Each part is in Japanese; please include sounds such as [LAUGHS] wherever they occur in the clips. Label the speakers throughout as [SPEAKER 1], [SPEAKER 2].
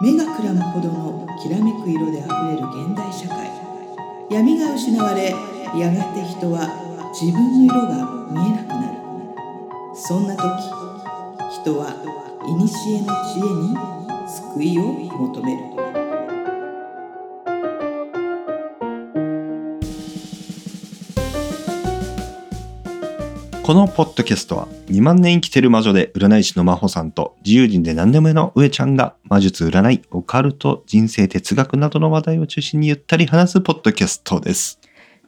[SPEAKER 1] 目がくらむほどのきらめく色であふれる現代社会闇が失われやがて人は自分の色が見えなくなるそんな時人は古の知恵に救いを求める
[SPEAKER 2] このポッドキャストは2万年生きてる魔女で占い師の真帆さんと自由人で何でも絵の上ちゃんが魔術占いオカルト人生哲学などの話題を中心にゆったり話すポッドキャストです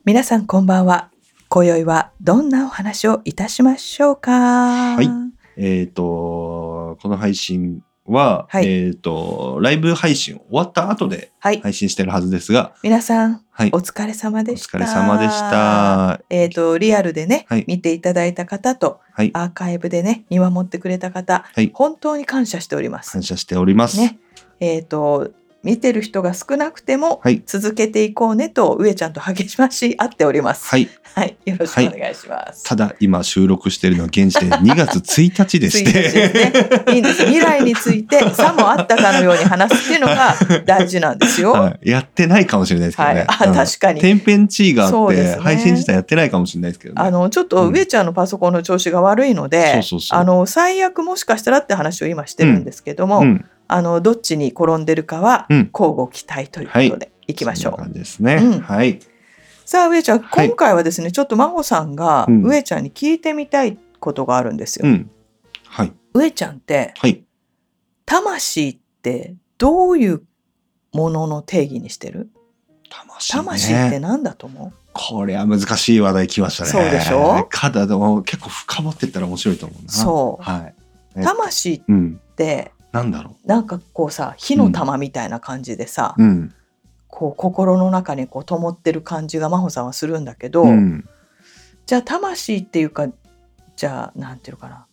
[SPEAKER 1] 皆さんこんばんは今宵はどんなお話をいたしましょうかはい
[SPEAKER 2] えっ、とこの配信は、
[SPEAKER 1] はい
[SPEAKER 2] えっ、とライブ配信終わった後で
[SPEAKER 1] はい
[SPEAKER 2] 配信してるはずですが
[SPEAKER 1] 皆さん
[SPEAKER 2] はい
[SPEAKER 1] お疲れ様
[SPEAKER 2] お
[SPEAKER 1] でした
[SPEAKER 2] 疲れ様でした
[SPEAKER 1] えっ、とリアルでね、
[SPEAKER 2] はい
[SPEAKER 1] 見ていただいた方と
[SPEAKER 2] はい
[SPEAKER 1] アーカイブでね見守ってくれた方、
[SPEAKER 2] はい
[SPEAKER 1] 本当に感謝しております
[SPEAKER 2] 感謝しております、
[SPEAKER 1] ね、えっ、と見てる人が少なくても
[SPEAKER 2] はい
[SPEAKER 1] 続けていこうねと上ちゃんと励まし合っております。、
[SPEAKER 2] はいい
[SPEAKER 1] よろしくお願いします。
[SPEAKER 2] ただ今収録しているのは現時点2月1日で
[SPEAKER 1] [LAUGHS]
[SPEAKER 2] し
[SPEAKER 1] 1日です
[SPEAKER 2] て
[SPEAKER 1] ね、いいんです未来についてさもあったかのように話すっていうのが大事なんですよ。は
[SPEAKER 2] [LAUGHS] はいやってないかもしれないですけど
[SPEAKER 1] い、
[SPEAKER 2] ね。
[SPEAKER 1] あ
[SPEAKER 2] うん
[SPEAKER 1] 確かに
[SPEAKER 2] 天変地異があ
[SPEAKER 1] そ
[SPEAKER 2] っ
[SPEAKER 1] うで
[SPEAKER 2] て、
[SPEAKER 1] すね
[SPEAKER 2] 配信自体やってないかもしれないですけどね。
[SPEAKER 1] あのちょっと上ちゃんのパソコンの調子が悪いので、
[SPEAKER 2] そうそうそう
[SPEAKER 1] あの最悪もしかしたらって話を今してるんですけども、
[SPEAKER 2] うん、
[SPEAKER 1] あのどっちに転んでるかは
[SPEAKER 2] うん
[SPEAKER 1] 交互期待ということでいきましょう
[SPEAKER 2] そんな。感じですね。
[SPEAKER 1] うん
[SPEAKER 2] はい。
[SPEAKER 1] さあ上ちゃん、
[SPEAKER 2] はい
[SPEAKER 1] 今回はですねちょっと真帆さんが
[SPEAKER 2] うん
[SPEAKER 1] 上ちゃんに聞いてみたいことがあるんですよ。
[SPEAKER 2] うん。はい。
[SPEAKER 1] 上ちゃんって
[SPEAKER 2] はい。
[SPEAKER 1] 魂ってどういうものの定義にしてる
[SPEAKER 2] 魂、ね。
[SPEAKER 1] 魂って何だと思
[SPEAKER 2] これは難しい話題来ましたね。
[SPEAKER 1] そうでしょ
[SPEAKER 2] ただ、でも結構深掘ってったら面白いと思うな。
[SPEAKER 1] うそう、
[SPEAKER 2] はい。え
[SPEAKER 1] 魂っ
[SPEAKER 2] うん。
[SPEAKER 1] て
[SPEAKER 2] なんだろ
[SPEAKER 1] なんかこうさ火の玉みたいな感じでさ、
[SPEAKER 2] う。うん。
[SPEAKER 1] こう心の中にこう灯ってる感じが真帆さんはするんだけど、
[SPEAKER 2] うん。
[SPEAKER 1] じゃあ魂っていうかじゃあなんていうのかな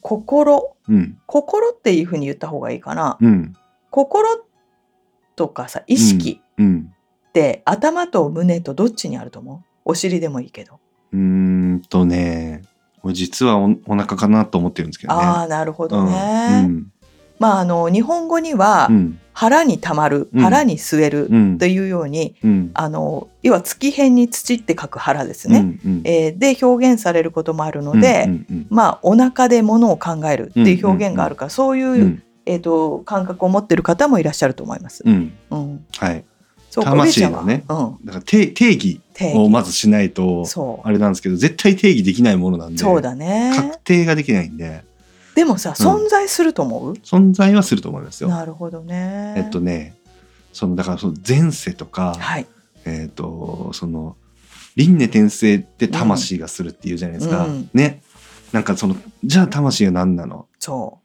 [SPEAKER 1] 心
[SPEAKER 2] うん。
[SPEAKER 1] 心っていうふうに言った方がいいかな。
[SPEAKER 2] うん。
[SPEAKER 1] 心とかさ意識
[SPEAKER 2] うん。
[SPEAKER 1] って、頭と胸とどっちにあると思うお尻でもいいけど、
[SPEAKER 2] うーんとね。これ実はおお腹かなと思ってるんですけどね。
[SPEAKER 1] ああなるほ
[SPEAKER 2] う
[SPEAKER 1] ど
[SPEAKER 2] ん、
[SPEAKER 1] ね、
[SPEAKER 2] うん。
[SPEAKER 1] まああの日本語には
[SPEAKER 2] うん。
[SPEAKER 1] 腹にたまる、
[SPEAKER 2] うん
[SPEAKER 1] 腹に据える
[SPEAKER 2] うん。
[SPEAKER 1] というように、
[SPEAKER 2] うん。
[SPEAKER 1] あの要は月辺に土って書く腹ですね、
[SPEAKER 2] うんうん
[SPEAKER 1] えーで表現されることもあるので、
[SPEAKER 2] うんうん
[SPEAKER 1] まあ、お腹で物を考えるっていう表現があるから、そういう、
[SPEAKER 2] うんうん
[SPEAKER 1] えー、と感覚を持ってる方もいらっしゃると思います。
[SPEAKER 2] うん
[SPEAKER 1] うん、
[SPEAKER 2] はい。
[SPEAKER 1] そうか
[SPEAKER 2] 魂
[SPEAKER 1] 上ちゃんは
[SPEAKER 2] のね
[SPEAKER 1] うん、
[SPEAKER 2] だから定定義
[SPEAKER 1] 定義
[SPEAKER 2] をまずしないと
[SPEAKER 1] そう
[SPEAKER 2] あれなんですけど絶対定義できないものなんで
[SPEAKER 1] そうだね。
[SPEAKER 2] 確定ができないんで
[SPEAKER 1] でもさ、存在すると思う、
[SPEAKER 2] 存在はすると思いますよ。
[SPEAKER 1] なるほどね。
[SPEAKER 2] えっとねそのだからその前世とか、
[SPEAKER 1] はい。
[SPEAKER 2] えっとその輪廻転生って魂がするっていうじゃないですか、
[SPEAKER 1] うん
[SPEAKER 2] ねなんかそのじゃあ魂は何なの
[SPEAKER 1] そ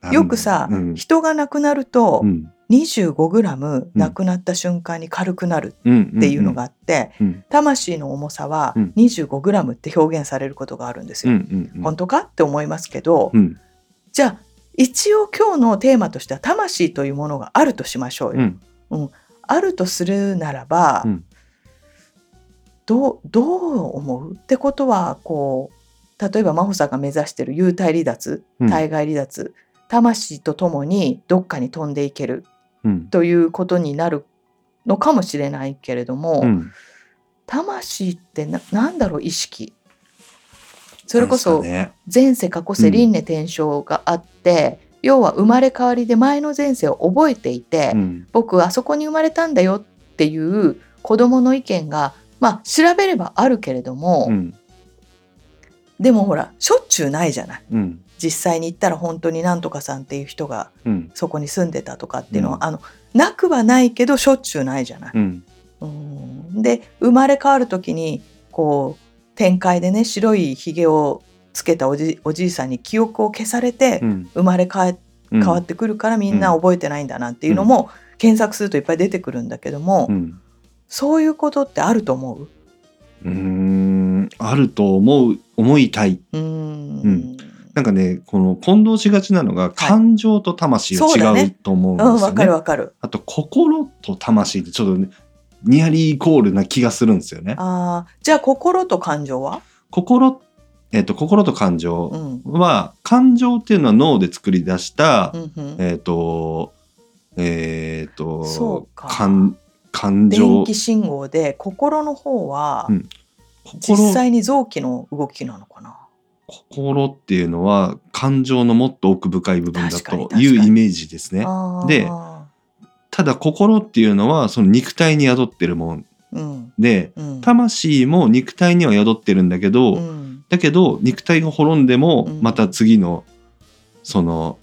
[SPEAKER 2] なん
[SPEAKER 1] う。よくさ、
[SPEAKER 2] うん
[SPEAKER 1] 人が亡くなると
[SPEAKER 2] うん
[SPEAKER 1] 25グラム亡くなった瞬間に軽くなる
[SPEAKER 2] うんん
[SPEAKER 1] っていうのがあって、
[SPEAKER 2] うん
[SPEAKER 1] 魂の重さは
[SPEAKER 2] うん
[SPEAKER 1] 25グラムって表現されることがあるんです
[SPEAKER 2] うん
[SPEAKER 1] よ。
[SPEAKER 2] うんうん
[SPEAKER 1] 本当かって思いますけど、
[SPEAKER 2] うん
[SPEAKER 1] じゃあ一応今日のテーマとしては魂というものがあるとしましょうよ。
[SPEAKER 2] うん
[SPEAKER 1] あるとするならば、
[SPEAKER 2] うん
[SPEAKER 1] どうどう思うってことはこう例えば真帆さんが目指してる幽体離脱
[SPEAKER 2] うん
[SPEAKER 1] 体外離脱、魂とともにどっかに飛んでいける
[SPEAKER 2] うん
[SPEAKER 1] ということになるのかもしれないけれども、
[SPEAKER 2] うん
[SPEAKER 1] 魂ってななんだろう意識それこそ
[SPEAKER 2] なんですかね
[SPEAKER 1] 前世過去世
[SPEAKER 2] うん
[SPEAKER 1] 輪廻転生があって、要は生まれ変わりで前の前世を覚えていて、
[SPEAKER 2] うん
[SPEAKER 1] 僕あそこに生まれたんだよっていう子どもの意見がまあ調べればあるけれども、
[SPEAKER 2] うん
[SPEAKER 1] でもほらしょっちゅうないじゃない
[SPEAKER 2] うん
[SPEAKER 1] 実際に行ったら本当になんとかさんっていう人が
[SPEAKER 2] うん
[SPEAKER 1] そこに住んでたとかっていうのは、
[SPEAKER 2] うん
[SPEAKER 1] あのなくはないけどしょっちゅうないじゃない。
[SPEAKER 2] うん
[SPEAKER 1] うんで生まれ変わる時にこう展開でね白いひげをつけたおじおじいさんに記憶を消されて
[SPEAKER 2] うん
[SPEAKER 1] 生まれ変え
[SPEAKER 2] うん
[SPEAKER 1] 変わってくるからみんな覚えてないんだなっていうのも検索するといっぱい出てくるんだけども、
[SPEAKER 2] うん
[SPEAKER 1] そういうことってあると思う。
[SPEAKER 2] うーんあると思う思いたいう
[SPEAKER 1] ーん。
[SPEAKER 2] うなんかねこの混同しがちなのが、感情と魂が
[SPEAKER 1] そうだ
[SPEAKER 2] 違う
[SPEAKER 1] ね
[SPEAKER 2] と思うん
[SPEAKER 1] う
[SPEAKER 2] ですよ
[SPEAKER 1] ん、
[SPEAKER 2] ね
[SPEAKER 1] わかるわかる。
[SPEAKER 2] あと心と魂ってちょっとねニアリーイコールな気がするんですよね
[SPEAKER 1] ああ、じゃあ心と感情は？
[SPEAKER 2] 心えっ、と心と感情
[SPEAKER 1] うん。
[SPEAKER 2] は、感情っていうのは脳で作り出した、
[SPEAKER 1] うんうん。
[SPEAKER 2] えっ、とえの
[SPEAKER 1] そうか
[SPEAKER 2] 感感
[SPEAKER 1] 電
[SPEAKER 2] 情
[SPEAKER 1] 気信号で心の方は
[SPEAKER 2] うん
[SPEAKER 1] 実
[SPEAKER 2] 心
[SPEAKER 1] 際に臓器の動きなのかな。
[SPEAKER 2] 心っていうのは感情のもっと奥深い部分だ
[SPEAKER 1] 確かに
[SPEAKER 2] と
[SPEAKER 1] 確かに
[SPEAKER 2] いうイメージですね。
[SPEAKER 1] あー
[SPEAKER 2] でただ心っていうのはその肉体に宿ってるもん
[SPEAKER 1] うん
[SPEAKER 2] で
[SPEAKER 1] うん、
[SPEAKER 2] 魂も肉体には宿ってるんだけど、
[SPEAKER 1] うん
[SPEAKER 2] だけど肉体が滅んでも
[SPEAKER 1] うん
[SPEAKER 2] また次のその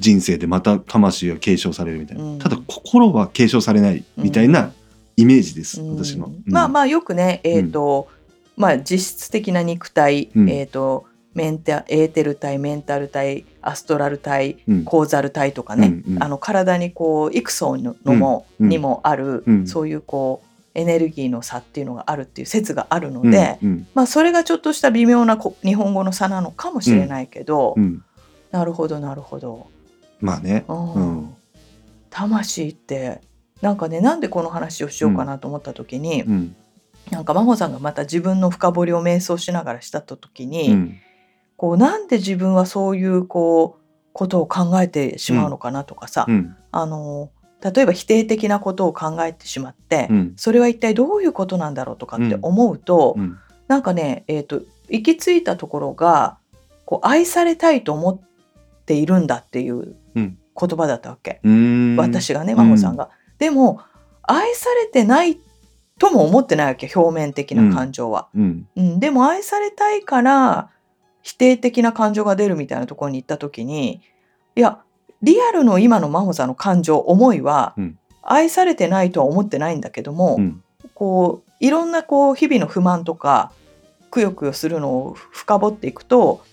[SPEAKER 2] 人生でまた魂が継承されるみたいな、
[SPEAKER 1] うん
[SPEAKER 2] ただ心は継承されないみたいなイメージです、
[SPEAKER 1] うん
[SPEAKER 2] 私の、うん
[SPEAKER 1] まあまあよくねえっ、と、まあ実質的な肉体、
[SPEAKER 2] うん
[SPEAKER 1] えっ、とメンタエーテル体メンタル体アストラル体
[SPEAKER 2] うん
[SPEAKER 1] コーザル体とかね、
[SPEAKER 2] うんうん
[SPEAKER 1] あの体にこう幾層ののも、
[SPEAKER 2] うんうん
[SPEAKER 1] にもある、
[SPEAKER 2] うん
[SPEAKER 1] そういうこうエネルギーの差っていうのがあるっていう説があるの
[SPEAKER 2] うん
[SPEAKER 1] で、
[SPEAKER 2] うん
[SPEAKER 1] まあ、それがちょっとした微妙なこ日本語の差なのかもしれないけど、
[SPEAKER 2] うん
[SPEAKER 1] なるほどなるほど、
[SPEAKER 2] まあね、
[SPEAKER 1] うん
[SPEAKER 2] うん
[SPEAKER 1] 魂ってなんかねなんでこの話をしようかなと思った時に、
[SPEAKER 2] うん
[SPEAKER 1] なんか真帆さんがまた自分の深掘りを瞑想しながらした時に、
[SPEAKER 2] うん
[SPEAKER 1] こうなんで自分はそういうこうことを考えてしまうのかなとかさ、
[SPEAKER 2] うん
[SPEAKER 1] あの例えば否定的なことを考えてしまって、
[SPEAKER 2] うん
[SPEAKER 1] それは一体どういうことなんだろうとかって思うと、
[SPEAKER 2] うん
[SPEAKER 1] なんかね、えー、と行き着いたところがこう愛されたいと思っているんだっていう
[SPEAKER 2] うん
[SPEAKER 1] 言葉だったわけ、
[SPEAKER 2] うーん
[SPEAKER 1] 私がね真帆さんが。でも愛されてないとも思ってないわけ表面的な感情は、
[SPEAKER 2] うん
[SPEAKER 1] うんでも愛されたいから否定的な感情が出るみたいなところに行った時にいやリアルの今の真帆さんの感情思いは、
[SPEAKER 2] うん
[SPEAKER 1] 愛されてないとは思ってないんだけども、
[SPEAKER 2] うん
[SPEAKER 1] こういろんなこう日々の不満とかくよくよするのを深掘っていくと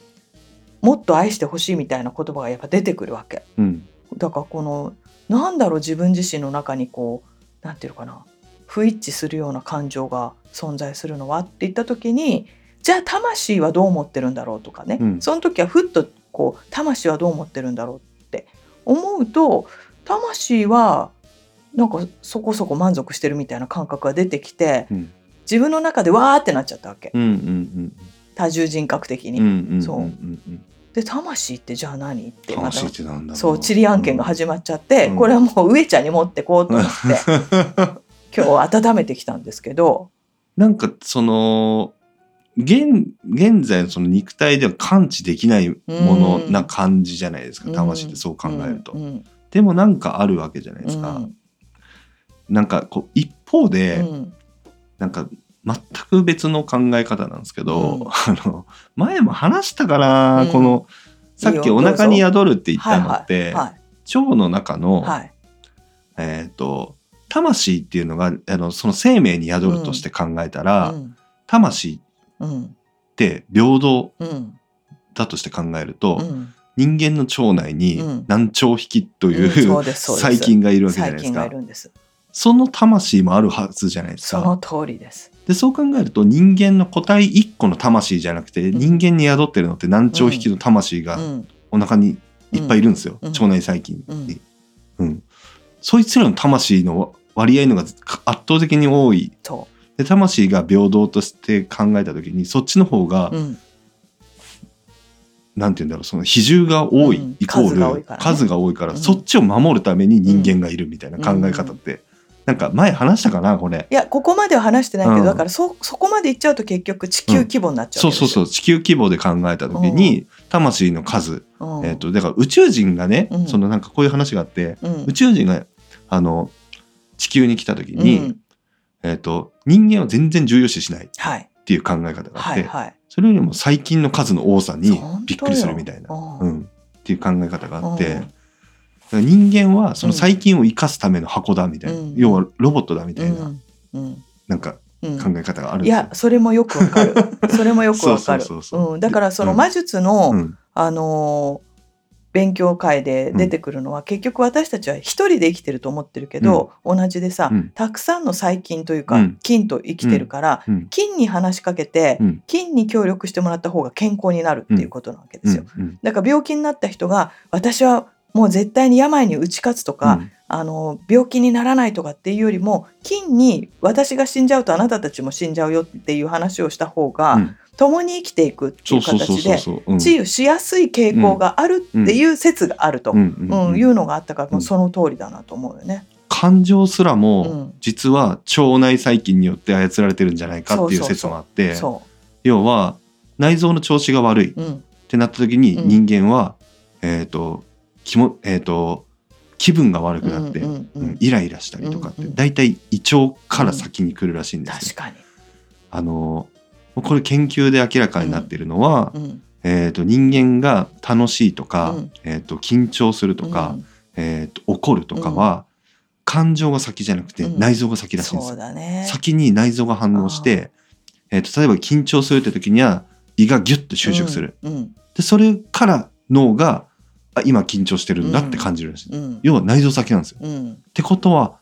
[SPEAKER 1] もっと愛してほしいみたいな言葉がやっぱ出てくるわけ
[SPEAKER 2] うん
[SPEAKER 1] だからこのなんだろう自分自身の中にこうなんていうのかな不一致するような感情が存在するのはって言った時にじゃあ魂はどう思ってるんだろうとかね、
[SPEAKER 2] うん
[SPEAKER 1] その時はふっとこう魂はどう思ってるんだろうって思うと魂はなんかそこそこ満足してるみたいな感覚が出てきて、
[SPEAKER 2] うん
[SPEAKER 1] 自分の中でわーってなっちゃったわけ
[SPEAKER 2] うんうん
[SPEAKER 1] 多重人格的
[SPEAKER 2] うん
[SPEAKER 1] に。
[SPEAKER 2] うんうんうん
[SPEAKER 1] そう
[SPEAKER 2] うんうん
[SPEAKER 1] で魂ってじゃあ何ってまた
[SPEAKER 2] 魂ってなんだろな
[SPEAKER 1] そう地理案件が始まっちゃって、
[SPEAKER 2] うん
[SPEAKER 1] これはもう上ちゃんに持ってこうと
[SPEAKER 2] [LAUGHS]
[SPEAKER 1] 思って今日温めてきたんですけど、
[SPEAKER 2] なんかその現現在のその肉体では感知できないもの
[SPEAKER 1] うん
[SPEAKER 2] な感じじゃないですか
[SPEAKER 1] うん
[SPEAKER 2] 魂ってそう考えると、
[SPEAKER 1] うんうん
[SPEAKER 2] でもなんかあるわけじゃないですか、なんかこう一方で、
[SPEAKER 1] うん
[SPEAKER 2] なんか全く別の考え方なんですけど、
[SPEAKER 1] うん
[SPEAKER 2] あの前も話したかな、
[SPEAKER 1] うん
[SPEAKER 2] このさっ
[SPEAKER 1] いい
[SPEAKER 2] き
[SPEAKER 1] よ
[SPEAKER 2] お腹に
[SPEAKER 1] ど
[SPEAKER 2] 宿るって言ったのっ
[SPEAKER 1] はい
[SPEAKER 2] て
[SPEAKER 1] は
[SPEAKER 2] 腸
[SPEAKER 1] い
[SPEAKER 2] の中の、
[SPEAKER 1] はい
[SPEAKER 2] えっ、と魂っていうのがあのその生命に宿るとして考えたら、
[SPEAKER 1] うん
[SPEAKER 2] 魂
[SPEAKER 1] うん
[SPEAKER 2] って平等
[SPEAKER 1] うん
[SPEAKER 2] だとして考えると、
[SPEAKER 1] うん
[SPEAKER 2] 人間の腸内
[SPEAKER 1] うん
[SPEAKER 2] に難聴引きという、
[SPEAKER 1] うんそうですそうです
[SPEAKER 2] 細菌がいるわけじゃない
[SPEAKER 1] 細
[SPEAKER 2] です
[SPEAKER 1] 菌が
[SPEAKER 2] か
[SPEAKER 1] いるんです
[SPEAKER 2] その魂もあるはずじゃないです
[SPEAKER 1] そ
[SPEAKER 2] か
[SPEAKER 1] の通りです
[SPEAKER 2] でそう考えると人間の個体1個の魂じゃなくて、
[SPEAKER 1] ん
[SPEAKER 2] 人間に宿ってるのって難聴引きの魂
[SPEAKER 1] う
[SPEAKER 2] が
[SPEAKER 1] ん
[SPEAKER 2] お腹にいっぱいいるんですよ、
[SPEAKER 1] うん
[SPEAKER 2] 腸内細菌に、うんそいつらの魂の割合のが圧倒的に多い
[SPEAKER 1] そ
[SPEAKER 2] で魂が平等として考えた時にそっちの方が、
[SPEAKER 1] ううん
[SPEAKER 2] なんて言うんだろうその比重が多い、
[SPEAKER 1] うん
[SPEAKER 2] イコー
[SPEAKER 1] 数が多い
[SPEAKER 2] ル
[SPEAKER 1] からね
[SPEAKER 2] 数が多いから、
[SPEAKER 1] うん
[SPEAKER 2] そっちを守るために人間がいるみたいな考え方って、なんか前話したかなこれ
[SPEAKER 1] いやここまでは話してないけど、
[SPEAKER 2] うん
[SPEAKER 1] だからそそこまでいっちゃうと結局地球規模になっちゃう
[SPEAKER 2] そうそうそうう地球規模で考えた時に魂の数、
[SPEAKER 1] そう、うん
[SPEAKER 2] えっとだから宇宙人がね、
[SPEAKER 1] うん
[SPEAKER 2] そのなんかこういう話があって
[SPEAKER 1] うん
[SPEAKER 2] 宇宙人があの地球に来た時に、
[SPEAKER 1] うん
[SPEAKER 2] えっと人間は全然重要視しないっ
[SPEAKER 1] はい
[SPEAKER 2] ていう考え方があっ
[SPEAKER 1] は
[SPEAKER 2] て、
[SPEAKER 1] いはい
[SPEAKER 2] それよりも細菌の数の多さに
[SPEAKER 1] 本当よ
[SPEAKER 2] びっくりするみたいな、
[SPEAKER 1] う
[SPEAKER 2] うんん、っていう考え方があって。
[SPEAKER 1] うん
[SPEAKER 2] だから人間はその細菌を生かすための箱だみたいな、
[SPEAKER 1] うん
[SPEAKER 2] 要はロボットだみた
[SPEAKER 1] う
[SPEAKER 2] いな、
[SPEAKER 1] んうん
[SPEAKER 2] なんか
[SPEAKER 1] うん
[SPEAKER 2] 考え方があるん
[SPEAKER 1] い
[SPEAKER 2] ですよ
[SPEAKER 1] や、それもよくわか
[SPEAKER 2] [LAUGHS]
[SPEAKER 1] る。それもよくわかる
[SPEAKER 2] そうそうそうそう
[SPEAKER 1] うん。だからその
[SPEAKER 2] うん
[SPEAKER 1] 魔術の、
[SPEAKER 2] うん
[SPEAKER 1] あのー勉強会で出てくるのは、結局私たちは一人で生きてると思ってるけど、同じでさ、
[SPEAKER 2] うん
[SPEAKER 1] たくさんの細菌というか、
[SPEAKER 2] うん
[SPEAKER 1] 菌と生きてるから、
[SPEAKER 2] うん
[SPEAKER 1] 菌に話しかけて、
[SPEAKER 2] うん
[SPEAKER 1] 菌に協力してもらった方が健康になるっていうことなわけですよ。
[SPEAKER 2] うんうん
[SPEAKER 1] だから病気になった人が私はもう絶対に病に打ち勝つとか、
[SPEAKER 2] うん
[SPEAKER 1] あの病気にならないとかっていうよりも菌に私が死んじゃうとあなたたちも死んじゃうよっていう話をした方が、
[SPEAKER 2] うん
[SPEAKER 1] 共に生きていくって
[SPEAKER 2] そ
[SPEAKER 1] いうう
[SPEAKER 2] そうそう
[SPEAKER 1] 形
[SPEAKER 2] そう
[SPEAKER 1] で
[SPEAKER 2] そう、うん
[SPEAKER 1] 治癒しやすい傾向があるっていう説があると、
[SPEAKER 2] う
[SPEAKER 1] うん
[SPEAKER 2] んうんうん
[SPEAKER 1] いうのがあったから、
[SPEAKER 2] うん
[SPEAKER 1] その通りだなと思うよね。
[SPEAKER 2] 感情すらも、
[SPEAKER 1] うん
[SPEAKER 2] 実は腸内細菌によって操られてるんじゃないかってい
[SPEAKER 1] そうそう
[SPEAKER 2] う
[SPEAKER 1] そう
[SPEAKER 2] 説もあって
[SPEAKER 1] そ
[SPEAKER 2] 要は内臓の調子が悪いっ
[SPEAKER 1] う、うん、
[SPEAKER 2] てなった時に
[SPEAKER 1] うん
[SPEAKER 2] 人間は、えっ、と気もえっ、と気分が悪くなって、
[SPEAKER 1] う
[SPEAKER 2] うん
[SPEAKER 1] う
[SPEAKER 2] ん
[SPEAKER 1] んうん
[SPEAKER 2] イライラしたりとかって、
[SPEAKER 1] うんうん
[SPEAKER 2] だいたい胃腸から先に来るらしいんですよ、
[SPEAKER 1] 確かに、
[SPEAKER 2] あのーこれ研究で明らかになってるのは、
[SPEAKER 1] うん、
[SPEAKER 2] えー、と人間が楽しいとか、
[SPEAKER 1] うん
[SPEAKER 2] えー、と緊張するとか、えー、と怒るとかは、感情が先じゃなくて
[SPEAKER 1] うん
[SPEAKER 2] 内臓が先
[SPEAKER 1] うん、
[SPEAKER 2] らしいんです
[SPEAKER 1] そ
[SPEAKER 2] よ
[SPEAKER 1] う、だね
[SPEAKER 2] 先に内臓が反応して、えー、と例えば緊張するって時には胃がギュッと収縮する、、
[SPEAKER 1] うん
[SPEAKER 2] でそれから脳があ今緊張してるんだって感じるらしい、
[SPEAKER 1] うんうん
[SPEAKER 2] 要は内臓先なんですよ
[SPEAKER 1] うん
[SPEAKER 2] ってことは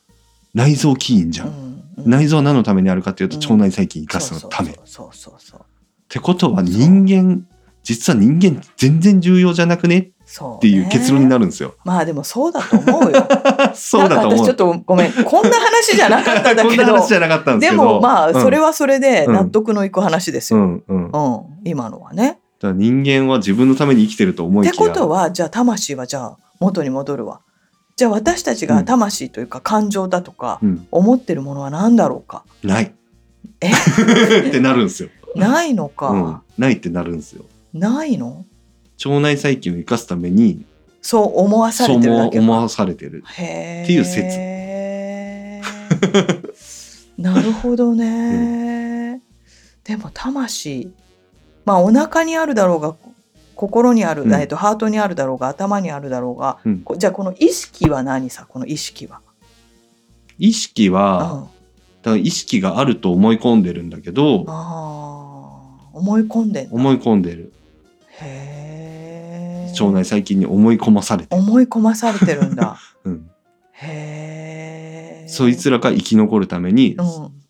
[SPEAKER 2] 内臓起因じゃ、
[SPEAKER 1] うんんうん、
[SPEAKER 2] 内臓は何のためにあるかっていうと
[SPEAKER 1] うん
[SPEAKER 2] 腸内細菌生かすのため
[SPEAKER 1] そうそうそうそう
[SPEAKER 2] ってことは人間実は人間全然重要じゃなくねっ
[SPEAKER 1] そう
[SPEAKER 2] ていう結論にな
[SPEAKER 1] る
[SPEAKER 2] るんで
[SPEAKER 1] [LAUGHS]
[SPEAKER 2] すよ。
[SPEAKER 1] まあでもそうだと思うよ
[SPEAKER 2] そうだ
[SPEAKER 1] な
[SPEAKER 2] と
[SPEAKER 1] んか私
[SPEAKER 2] 思
[SPEAKER 1] ちょっ
[SPEAKER 2] う。
[SPEAKER 1] とごめんこんな話じゃなかったんだ
[SPEAKER 2] [LAUGHS] こん
[SPEAKER 1] けど
[SPEAKER 2] な話じゃなかったんです
[SPEAKER 1] で
[SPEAKER 2] けど。
[SPEAKER 1] もまあそれ
[SPEAKER 2] は、
[SPEAKER 1] はそれで
[SPEAKER 2] うん
[SPEAKER 1] 納得のいく話です
[SPEAKER 2] う
[SPEAKER 1] よ、
[SPEAKER 2] ん、うんうん。だか
[SPEAKER 1] うん今のはね。
[SPEAKER 2] ら人間は自分のために生きてると思
[SPEAKER 1] っ
[SPEAKER 2] い
[SPEAKER 1] て
[SPEAKER 2] きや。
[SPEAKER 1] ことはじゃあ魂はじゃあ元に戻るわ。じゃあ私たち
[SPEAKER 2] う
[SPEAKER 1] が
[SPEAKER 2] ん
[SPEAKER 1] 魂というか感情だとか
[SPEAKER 2] うん、
[SPEAKER 1] 思ってるものは何だろうか、
[SPEAKER 2] ない。
[SPEAKER 1] え
[SPEAKER 2] [LAUGHS] ってなるんで
[SPEAKER 1] [LAUGHS]
[SPEAKER 2] すよ。
[SPEAKER 1] ないの
[SPEAKER 2] うん
[SPEAKER 1] か、、
[SPEAKER 2] ないってなるんですよ。
[SPEAKER 1] ないの
[SPEAKER 2] 腸内細菌を生かすために
[SPEAKER 1] そう思わさ
[SPEAKER 2] そう
[SPEAKER 1] れてる
[SPEAKER 2] 思
[SPEAKER 1] だけ
[SPEAKER 2] 思わされてる。
[SPEAKER 1] へー
[SPEAKER 2] っていう説
[SPEAKER 1] なるほどね、でも魂まあお腹にあるだろうが心にある、
[SPEAKER 2] うん
[SPEAKER 1] えっと、ハートにあるだろうが頭にあるだろうが、
[SPEAKER 2] うん
[SPEAKER 1] こじゃあこの意識は何さこの意識は。
[SPEAKER 2] 意識は、
[SPEAKER 1] あ
[SPEAKER 2] だから意識があると思い込んでるんだけど、
[SPEAKER 1] あー思い込んでんだ
[SPEAKER 2] 思い込んでる。
[SPEAKER 1] へー
[SPEAKER 2] 腸内細菌に思い込まされてる。
[SPEAKER 1] 思い込まされてるん
[SPEAKER 2] [LAUGHS]
[SPEAKER 1] だ
[SPEAKER 2] うん、
[SPEAKER 1] へえ
[SPEAKER 2] そいつらが生き残るために、
[SPEAKER 1] うん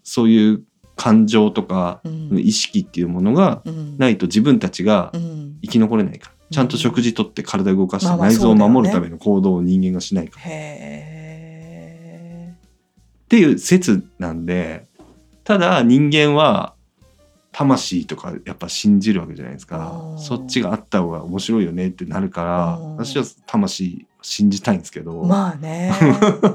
[SPEAKER 2] そういう感情とか
[SPEAKER 1] うん
[SPEAKER 2] 意識っていうものが
[SPEAKER 1] うん
[SPEAKER 2] ないと自分たちが
[SPEAKER 1] うん
[SPEAKER 2] 生き残れないから、ちゃんと食事とって体を動かして
[SPEAKER 1] まあまあ
[SPEAKER 2] 内臓を守る
[SPEAKER 1] そ
[SPEAKER 2] た
[SPEAKER 1] うだ
[SPEAKER 2] めの行動を人間がしないから、
[SPEAKER 1] へえ。
[SPEAKER 2] っていう説なんでただ人間は魂とかやっぱ信じるわけじゃないですか
[SPEAKER 1] あー
[SPEAKER 2] そっちがあった方が面白いよねってなるから
[SPEAKER 1] うん
[SPEAKER 2] 私は魂信じたいんですけど、
[SPEAKER 1] まあね。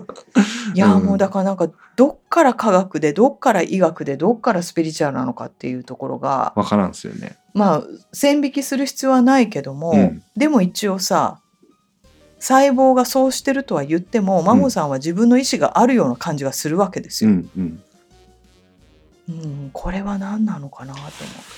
[SPEAKER 2] [LAUGHS]
[SPEAKER 1] いや、
[SPEAKER 2] うん
[SPEAKER 1] もうだからなんかどっから科学でどっから医学でどっからスピリチュアルなのかっていうところが
[SPEAKER 2] わからんですよね。
[SPEAKER 1] まあ線引きする必要はないけども、
[SPEAKER 2] うん
[SPEAKER 1] でも一応さ細胞がそうしてるとは言っても真帆さんは自分の意思があるような感じがするわけです
[SPEAKER 2] う
[SPEAKER 1] よ。
[SPEAKER 2] んうん、
[SPEAKER 1] うんこれは何なのかなと思う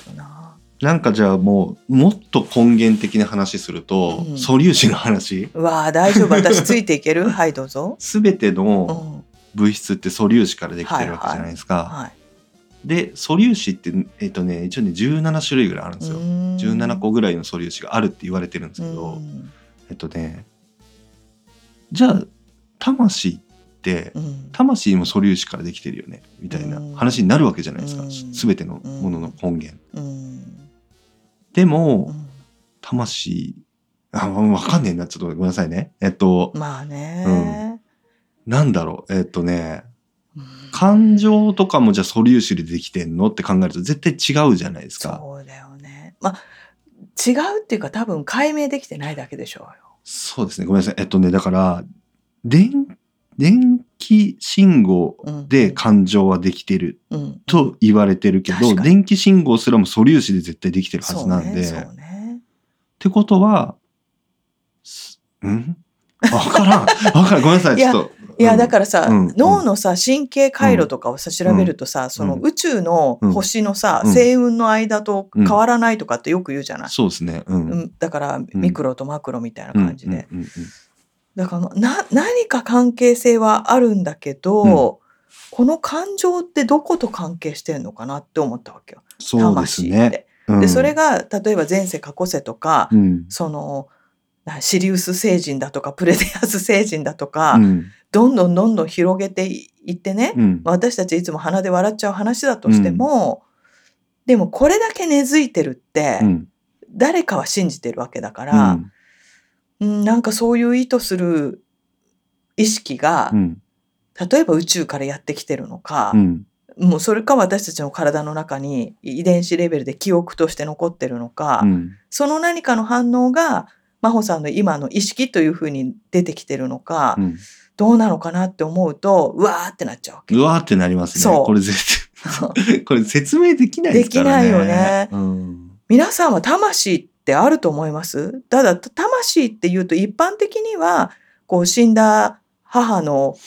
[SPEAKER 1] けどな。
[SPEAKER 2] なんかじゃあもうもっと根源的な話すると、
[SPEAKER 1] うん
[SPEAKER 2] 素粒子の話
[SPEAKER 1] うわあ大丈夫私ついていけるはいどう
[SPEAKER 2] [LAUGHS]
[SPEAKER 1] ぞ。
[SPEAKER 2] 全て
[SPEAKER 1] う
[SPEAKER 2] の
[SPEAKER 1] ん
[SPEAKER 2] 物質って素粒子からできてるわけじゃないですか、
[SPEAKER 1] はい、
[SPEAKER 2] で素粒子ってえっ、とね一応ね17種類ぐらいあるんですよ、17
[SPEAKER 1] 17
[SPEAKER 2] 個ぐらいの素粒子があるって言われてるんですけ
[SPEAKER 1] う
[SPEAKER 2] ど、
[SPEAKER 1] ん
[SPEAKER 2] えっとねじゃあ魂って
[SPEAKER 1] うん
[SPEAKER 2] 魂も素粒子からできてるよねみたいな
[SPEAKER 1] うん
[SPEAKER 2] 話になるわけじゃないですか、
[SPEAKER 1] うん
[SPEAKER 2] 全てのものの根源、
[SPEAKER 1] うん
[SPEAKER 2] で
[SPEAKER 1] う
[SPEAKER 2] も
[SPEAKER 1] ん
[SPEAKER 2] 魂あ分かんねえなちょっとごめんなさいねえっと
[SPEAKER 1] まあね、
[SPEAKER 2] なんだろうえっとね
[SPEAKER 1] うん
[SPEAKER 2] 感情とかもじゃあ素粒子でできてんのって考えると絶対違うじゃないですか。
[SPEAKER 1] そうだよねまあ違うっていうか多分解明できてないだけでしょうよ
[SPEAKER 2] そうですね。ごめんなさい。えっとね、だから、電、電気信号
[SPEAKER 1] うん
[SPEAKER 2] で感情はできてる
[SPEAKER 1] うん
[SPEAKER 2] と言われてるけど
[SPEAKER 1] 確、かに
[SPEAKER 2] 電気信号すらも素粒子で絶対できてるはずなんで。
[SPEAKER 1] そうね
[SPEAKER 2] っ
[SPEAKER 1] そうね
[SPEAKER 2] てことは、すんわから
[SPEAKER 1] [LAUGHS]
[SPEAKER 2] ん。わからん。ごめんなさい。
[SPEAKER 1] い
[SPEAKER 2] ちょ
[SPEAKER 1] や
[SPEAKER 2] っと。
[SPEAKER 1] いや
[SPEAKER 2] うん
[SPEAKER 1] だからさ、
[SPEAKER 2] うんうん
[SPEAKER 1] 脳のさ神経回路とかをさ調べるとさ、その宇宙の星のさ、
[SPEAKER 2] うん
[SPEAKER 1] 星雲の間と変わらないとかってよく言うじゃない、
[SPEAKER 2] そうですね。うん。
[SPEAKER 1] う
[SPEAKER 2] うん
[SPEAKER 1] ん、だからミクロとマクロみたいな感じで、
[SPEAKER 2] うんうんうん
[SPEAKER 1] だからまあな何か関係性はあるんだけど、この感情ってどこと関係してんのかなって思ったわけよ
[SPEAKER 2] そうです
[SPEAKER 1] 魂っ
[SPEAKER 2] ね。
[SPEAKER 1] て。
[SPEAKER 2] うん
[SPEAKER 1] でそれ、が例えば前世過去世とか、
[SPEAKER 2] うん。
[SPEAKER 1] そのなシリウス星人だとかプレデアス星人だとか、
[SPEAKER 2] うん。
[SPEAKER 1] どんどんどんどん広げていってね、
[SPEAKER 2] うん。
[SPEAKER 1] まあ私たちいつも鼻で笑っちゃう話だとしても、でもこれだけ根付いてるって、
[SPEAKER 2] うん
[SPEAKER 1] 誰かは信じてるわけだから、うん、なんかそういう意図する意識が、
[SPEAKER 2] うん。
[SPEAKER 1] 例えば宇宙からやってきてるのか
[SPEAKER 2] う、ん。
[SPEAKER 1] もうそれか私たちの体の中に遺伝子レベルで記憶として残ってるのか、
[SPEAKER 2] うん。
[SPEAKER 1] その何かの反応が真帆さんの今の意識というふうに出てきてるのか、
[SPEAKER 2] うん
[SPEAKER 1] どうなのかなって思うとうわーってなっちゃうわけ
[SPEAKER 2] うわーってなりますね
[SPEAKER 1] そう
[SPEAKER 2] これ絶 [LAUGHS] これ説明できないですからね
[SPEAKER 1] できないよね
[SPEAKER 2] うん
[SPEAKER 1] 皆さんは魂ってあると思いますただた魂っていうと一般的にはこう死んだ母の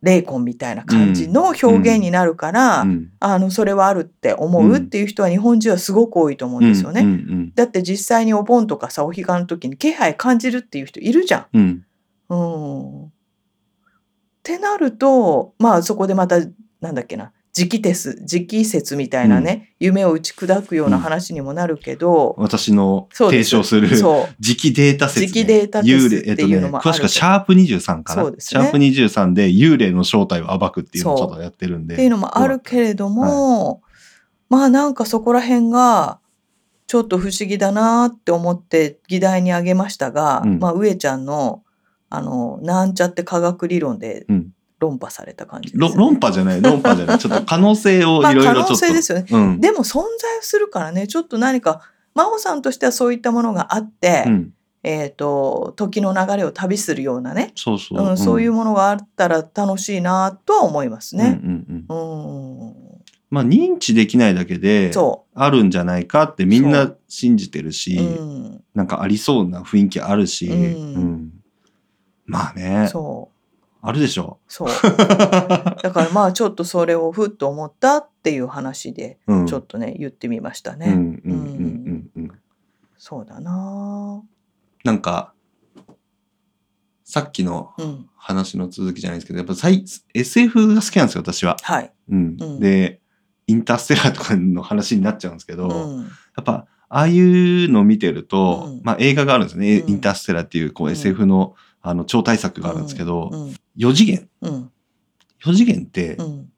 [SPEAKER 1] 霊魂みたいな感じの表現になるから、
[SPEAKER 2] うん
[SPEAKER 1] あのそれはあるって思うっていう人は日本人はすごく多いと思うんですよね。
[SPEAKER 2] うんうん
[SPEAKER 1] だって実際にお盆とかさお彼岸の時に気配感じるっていう人いるじゃ
[SPEAKER 2] うんうん
[SPEAKER 1] ん。うん、ってなるとまあそこでまたなんだっけな時期説時期説みたいなね、夢を打ち砕くような話にもなるけど、
[SPEAKER 2] 私の
[SPEAKER 1] そうで
[SPEAKER 2] 提
[SPEAKER 1] す
[SPEAKER 2] 唱する
[SPEAKER 1] そう
[SPEAKER 2] 時期データ説、ね。
[SPEAKER 1] 時期データ説
[SPEAKER 2] 幽霊
[SPEAKER 1] っていうのもある
[SPEAKER 2] えっとね、詳しくはシャープ23かな。
[SPEAKER 1] そうです
[SPEAKER 2] シ
[SPEAKER 1] ね
[SPEAKER 2] ャープ23で幽霊の正体を暴くっていうのをちょっとやってるんで。
[SPEAKER 1] っていうのもあるけれども、まあなんかそこら辺がちょっと不思議だなって思って議題に挙げましたが、
[SPEAKER 2] うん
[SPEAKER 1] まあ上ちゃんのあのなんちゃって科学理論で
[SPEAKER 2] うん
[SPEAKER 1] 論破された感じです、
[SPEAKER 2] ろ論破じゃない、論破じゃない。ちょっと可能性をい
[SPEAKER 1] まあ
[SPEAKER 2] ろいろち
[SPEAKER 1] 可
[SPEAKER 2] ょっと。
[SPEAKER 1] 能性ですよね。
[SPEAKER 2] うん。
[SPEAKER 1] でも存在するからねちょっと何か真帆さんとしてはそういったものがあって、
[SPEAKER 2] うん。
[SPEAKER 1] えっ、と時の流れを旅するようなね、
[SPEAKER 2] そうそう。
[SPEAKER 1] うん、そういう
[SPEAKER 2] も
[SPEAKER 1] ものがあったら楽しいなとは思います
[SPEAKER 2] うん
[SPEAKER 1] ね。
[SPEAKER 2] うんうん。
[SPEAKER 1] うん、
[SPEAKER 2] まあ認知できないだけで、
[SPEAKER 1] そ
[SPEAKER 2] あるんじゃないかってみん
[SPEAKER 1] そ
[SPEAKER 2] な信じてるし、
[SPEAKER 1] う、うん
[SPEAKER 2] なんかありそうな雰囲気あるし、
[SPEAKER 1] うん
[SPEAKER 2] うんまあね、
[SPEAKER 1] そう
[SPEAKER 2] あるでしょ [LAUGHS]
[SPEAKER 1] そうだからまあちょっとそれをふっと思ったっていう話で
[SPEAKER 2] う。うん。
[SPEAKER 1] ちょっとね、言ってみましたね、
[SPEAKER 2] うんうんうんうんうん。
[SPEAKER 1] そうだな
[SPEAKER 2] なんか、さっきの
[SPEAKER 1] あうん
[SPEAKER 2] 話の続きじゃないですけど、やっぱ最 SF が好きなんですよ、私は。
[SPEAKER 1] はい
[SPEAKER 2] うん。
[SPEAKER 1] うん
[SPEAKER 2] で、インターステラーとかの話になっちゃうんですけど、
[SPEAKER 1] うん
[SPEAKER 2] やっぱ、ああいうの見てると、
[SPEAKER 1] うん
[SPEAKER 2] まあ映画があるんですね。
[SPEAKER 1] うん
[SPEAKER 2] インターステラーっていうこ
[SPEAKER 1] う
[SPEAKER 2] うん SF の、あの超大作があるんですけど、
[SPEAKER 1] うん
[SPEAKER 2] 4次元。
[SPEAKER 1] うん
[SPEAKER 2] 4次元って
[SPEAKER 1] うん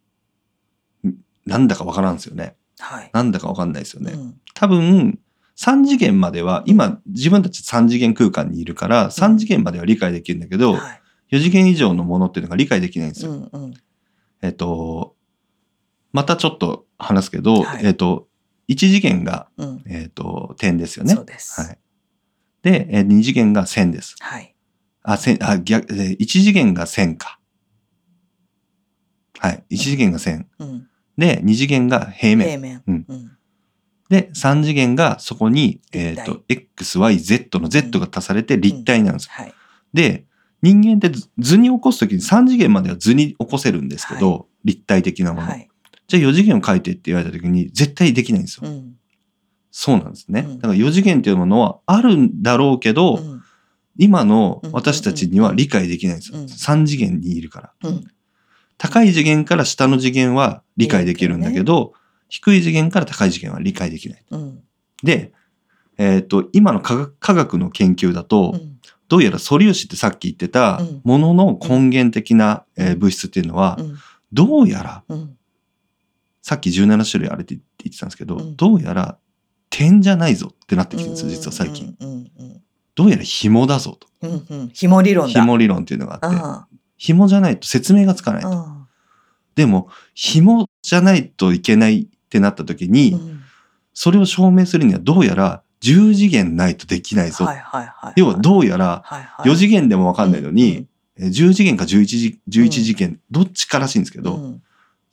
[SPEAKER 2] なんだかわからんですよね。
[SPEAKER 1] はい
[SPEAKER 2] なんだかわかんないですよね。
[SPEAKER 1] うん
[SPEAKER 2] 多分3次元までは今自分たち3次元空間にいるから3次元までは理解できるんだけど、
[SPEAKER 1] はい
[SPEAKER 2] 4次元以上のものっていうのが理解できないんです
[SPEAKER 1] う
[SPEAKER 2] よ。
[SPEAKER 1] んうん
[SPEAKER 2] えっと、またちょっと話すけど、
[SPEAKER 1] はい
[SPEAKER 2] えっと、1次元が、
[SPEAKER 1] うん
[SPEAKER 2] えっと、点ですよね。
[SPEAKER 1] そう
[SPEAKER 2] は
[SPEAKER 1] ですはい
[SPEAKER 2] い。で、え2次元が線です。
[SPEAKER 1] はい
[SPEAKER 2] あ、線、あ、逆、え1次元が線か。はい。1次元が線。
[SPEAKER 1] うん
[SPEAKER 2] で、2次元が平面。
[SPEAKER 1] 平面
[SPEAKER 2] うん
[SPEAKER 1] うん
[SPEAKER 2] で、3次元がそこに、えっ、と、x, y, z の z が足されて立体なんですよ。
[SPEAKER 1] はい
[SPEAKER 2] で、人間って図図に起こすときに3次元までは図に起こせるんですけど、
[SPEAKER 1] は
[SPEAKER 2] 立体的なもの。
[SPEAKER 1] はい
[SPEAKER 2] じゃあ4次元を描いてって言われたときに絶対できないんですよ。
[SPEAKER 1] うん
[SPEAKER 2] そうなんですね。
[SPEAKER 1] うん
[SPEAKER 2] だから4次元っていうものはあるんだろうけど、
[SPEAKER 1] うん
[SPEAKER 2] 今の私たちには理解できないんですよ。
[SPEAKER 1] うん
[SPEAKER 2] 3次元にいるから。
[SPEAKER 1] うん
[SPEAKER 2] 高い次元から下の次元は理解できるんだけど、低い次元から高い次元は理解できない。
[SPEAKER 1] うん
[SPEAKER 2] で、えっと今の科学科学の研究だと、
[SPEAKER 1] うん
[SPEAKER 2] どうやら素粒子ってさっき言ってた
[SPEAKER 1] うん
[SPEAKER 2] ものの根源的な、
[SPEAKER 1] うん
[SPEAKER 2] えー物質っていうのは、
[SPEAKER 1] うん
[SPEAKER 2] どうやら
[SPEAKER 1] うん
[SPEAKER 2] さっき17種類あれって言ってたんですけど、
[SPEAKER 1] うん
[SPEAKER 2] どうやら点じゃないぞってなってきてるんですよ実は最近、
[SPEAKER 1] うんうん
[SPEAKER 2] どうやら紐だぞ
[SPEAKER 1] うんうんうん紐理
[SPEAKER 2] と
[SPEAKER 1] 論だ
[SPEAKER 2] 紐理論っていうのがあって
[SPEAKER 1] あ
[SPEAKER 2] 紐じゃないと説明がつかない
[SPEAKER 1] あ
[SPEAKER 2] と、
[SPEAKER 1] あ
[SPEAKER 2] でも紐じゃないといけないってなった時に、
[SPEAKER 1] あうん
[SPEAKER 2] それを証明するにはどうやら10次元ないとできないぞ、
[SPEAKER 1] はいはいはい
[SPEAKER 2] 要はどうやら、
[SPEAKER 1] はいはい
[SPEAKER 2] 4次元でもわかんないのに、、えー10次元か11次 ,11
[SPEAKER 1] ん
[SPEAKER 2] 次元、どっちからしいんですけ
[SPEAKER 1] け
[SPEAKER 2] ど、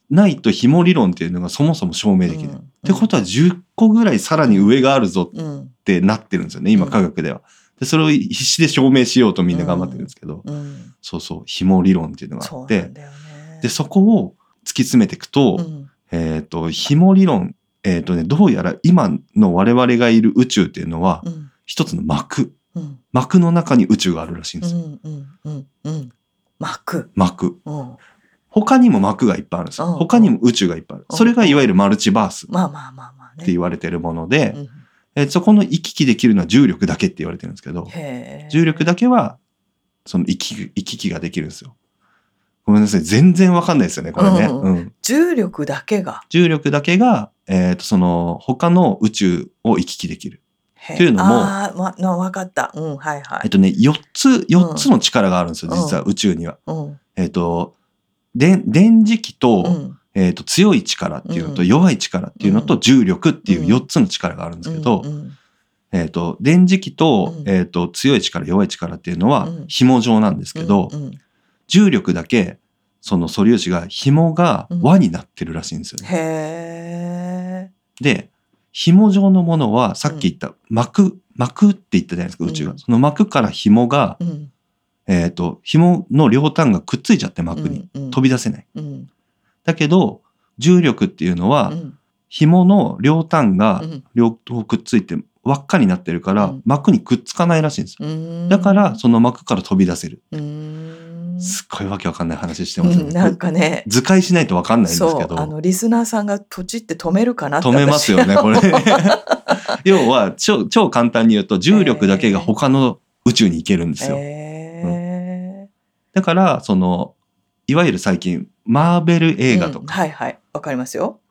[SPEAKER 2] ないと紐理論っていうのがそもそも証明できない。っ
[SPEAKER 1] って
[SPEAKER 2] ことは10個ぐらいさらに上があるぞっ
[SPEAKER 1] うん
[SPEAKER 2] てなってるんですよね、今
[SPEAKER 1] うん
[SPEAKER 2] 科学では。で、それを必死で証明しようとみんな頑張ってるんですけど、
[SPEAKER 1] うん、
[SPEAKER 2] そうそう、紐理論っていうのがあ
[SPEAKER 1] そ
[SPEAKER 2] っ
[SPEAKER 1] うな
[SPEAKER 2] て
[SPEAKER 1] ん、だよね。
[SPEAKER 2] で、そこを突き詰めていくと、
[SPEAKER 1] うん
[SPEAKER 2] えっ、と、紐理論、えっ、とね、どうやら今の我々がいる宇宙っていうのは、
[SPEAKER 1] うん
[SPEAKER 2] 一つの膜。
[SPEAKER 1] うん
[SPEAKER 2] 膜の中に宇宙があるらしいん
[SPEAKER 1] う
[SPEAKER 2] ですよ。
[SPEAKER 1] んうんうんうん膜、
[SPEAKER 2] 膜。
[SPEAKER 1] うん、
[SPEAKER 2] 他にも膜がいっぱいあるんですよ。
[SPEAKER 1] うん
[SPEAKER 2] 他にも宇宙がいっぱいある。
[SPEAKER 1] うん
[SPEAKER 2] それがいわゆるマルチバースっ
[SPEAKER 1] まあまあまあまあね。
[SPEAKER 2] て言
[SPEAKER 1] う
[SPEAKER 2] われてるもので、
[SPEAKER 1] ん、
[SPEAKER 2] えーそこの行き来できるのは重力だけって言われてるんですけど、
[SPEAKER 1] へー
[SPEAKER 2] 重力だけはその行き行き来ができるんですよ。ごめんなさい。全然わかんないですよね、これね。
[SPEAKER 1] うん
[SPEAKER 2] うん
[SPEAKER 1] 重力だけが
[SPEAKER 2] 重力だけが、えっ、と、その他の宇宙を行き来できる。
[SPEAKER 1] へー
[SPEAKER 2] というのも
[SPEAKER 1] あーまなわかった。うんはいはい。
[SPEAKER 2] えっとね、4つ、四つの力があるんですよ、
[SPEAKER 1] うん
[SPEAKER 2] 実は宇宙には。
[SPEAKER 1] うん
[SPEAKER 2] えっ、と、電電磁気と、
[SPEAKER 1] うん
[SPEAKER 2] えっ、と、強い力っていうのと
[SPEAKER 1] うん
[SPEAKER 2] 弱い力っていうのと
[SPEAKER 1] うん
[SPEAKER 2] 重力っていううん4つの力があるんですけど、
[SPEAKER 1] うん
[SPEAKER 2] えっ、と、電磁気と
[SPEAKER 1] う、ん
[SPEAKER 2] えっ、と、強い力、弱い力っていうのは
[SPEAKER 1] うん
[SPEAKER 2] 紐状なんですけど、
[SPEAKER 1] うんうん
[SPEAKER 2] 重力だけその素粒子が紐が輪になってるらしいんですよね。
[SPEAKER 1] へえ。
[SPEAKER 2] で紐状のものはさっき言った膜、膜って言ったじゃないですか宇宙が、
[SPEAKER 1] うん
[SPEAKER 2] その膜から紐が、
[SPEAKER 1] うん。
[SPEAKER 2] えっと紐の両端がくっついちゃって膜に、
[SPEAKER 1] うん、うん
[SPEAKER 2] 飛び出せない。
[SPEAKER 1] うん。
[SPEAKER 2] だけど重力っていうのは、
[SPEAKER 1] うん。
[SPEAKER 2] 紐の両端が
[SPEAKER 1] うん
[SPEAKER 2] 両方くっついて輪っかになってるから、
[SPEAKER 1] うん
[SPEAKER 2] 膜にくっつかないらしいんですよ。
[SPEAKER 1] うん。
[SPEAKER 2] だからその膜から飛び出せる。
[SPEAKER 1] うん。
[SPEAKER 2] すっごいわけわかんない話して
[SPEAKER 1] う
[SPEAKER 2] ますよ
[SPEAKER 1] ん、
[SPEAKER 2] ね。
[SPEAKER 1] [LAUGHS] なんかね。
[SPEAKER 2] 図解しないとわかんないんですけ
[SPEAKER 1] そう、あ
[SPEAKER 2] ど。
[SPEAKER 1] のリスナーさんがポチって止めるかなって
[SPEAKER 2] 止めますよね、こ
[SPEAKER 1] [LAUGHS]
[SPEAKER 2] れ。要は超、超簡単に言うと、重力だけが他の宇宙に行けるん
[SPEAKER 1] [LAUGHS]
[SPEAKER 2] ですよ。
[SPEAKER 1] へ
[SPEAKER 2] う
[SPEAKER 1] え。
[SPEAKER 2] だから、その、いわゆる最近、マーベル映画と
[SPEAKER 1] うん
[SPEAKER 2] か、
[SPEAKER 1] はいはい、わかりますよ。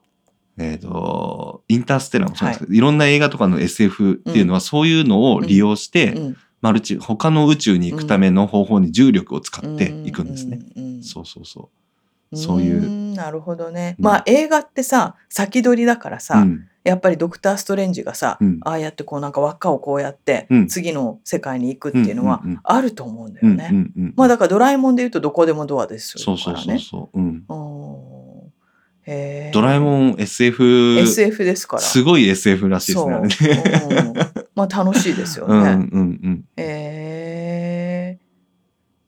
[SPEAKER 2] えっ、と、インターステラーもそうですけど、い、ろんな映画とかの SF っていうのは、そういうのを利用して、
[SPEAKER 1] うん。
[SPEAKER 2] マルチ、他の宇宙に行くための方法に重力を使っていくんですね。
[SPEAKER 1] うん。うん
[SPEAKER 2] そうそうそう。そういう
[SPEAKER 1] うんなるほどね。
[SPEAKER 2] うん
[SPEAKER 1] まあ映画ってさ、先取りだからさ、
[SPEAKER 2] うん
[SPEAKER 1] やっぱりドクター・ストレンジがさ、
[SPEAKER 2] うん
[SPEAKER 1] ああやってこうなんか輪っかをこうやって、
[SPEAKER 2] うん
[SPEAKER 1] 次の世界に行くっていうのは
[SPEAKER 2] うんうんうん
[SPEAKER 1] あると思うんだ
[SPEAKER 2] う
[SPEAKER 1] よ
[SPEAKER 2] ん
[SPEAKER 1] ね。
[SPEAKER 2] うんうん。
[SPEAKER 1] まあだからドラえもんで言うとどこでもドアです
[SPEAKER 2] そ
[SPEAKER 1] よ
[SPEAKER 2] う
[SPEAKER 1] か
[SPEAKER 2] そう
[SPEAKER 1] ら
[SPEAKER 2] そう
[SPEAKER 1] ね。
[SPEAKER 2] そう。うん。
[SPEAKER 1] うんへー
[SPEAKER 2] ドラえもん SF、
[SPEAKER 1] SF ですから。
[SPEAKER 2] すごい SF らしいですね。あれね
[SPEAKER 1] そう、うんまあ楽しいですよ
[SPEAKER 2] うんうん
[SPEAKER 1] ね。
[SPEAKER 2] うん。
[SPEAKER 1] えー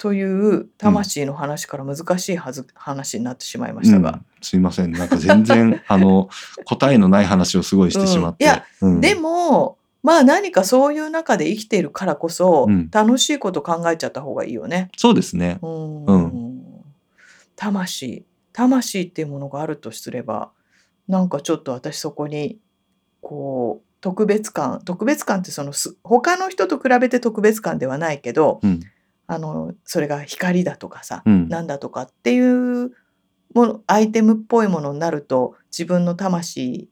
[SPEAKER 1] という魂の話から難しいはず、話になってしまいました
[SPEAKER 2] う
[SPEAKER 1] が
[SPEAKER 2] ん、すいません。なんか
[SPEAKER 1] [LAUGHS]
[SPEAKER 2] 全然、あの、答えのない話をすごいしてしまって。
[SPEAKER 1] うんいや
[SPEAKER 2] うん
[SPEAKER 1] でもまあ何かそういう中で生きているからこそ、
[SPEAKER 2] うん
[SPEAKER 1] 楽しいこと考えちゃった方がいいよね。
[SPEAKER 2] そうですね。
[SPEAKER 1] うん
[SPEAKER 2] う
[SPEAKER 1] 魂魂っていうものがあるとすればなんかちょっと私そこにこう特別感特別感ってそのす他の人と比べて特別感ではないけど、
[SPEAKER 2] うん。
[SPEAKER 1] あのそれが光だとかさ、
[SPEAKER 2] うん
[SPEAKER 1] なんだとかっていうものアイテムっぽいものになると自分の魂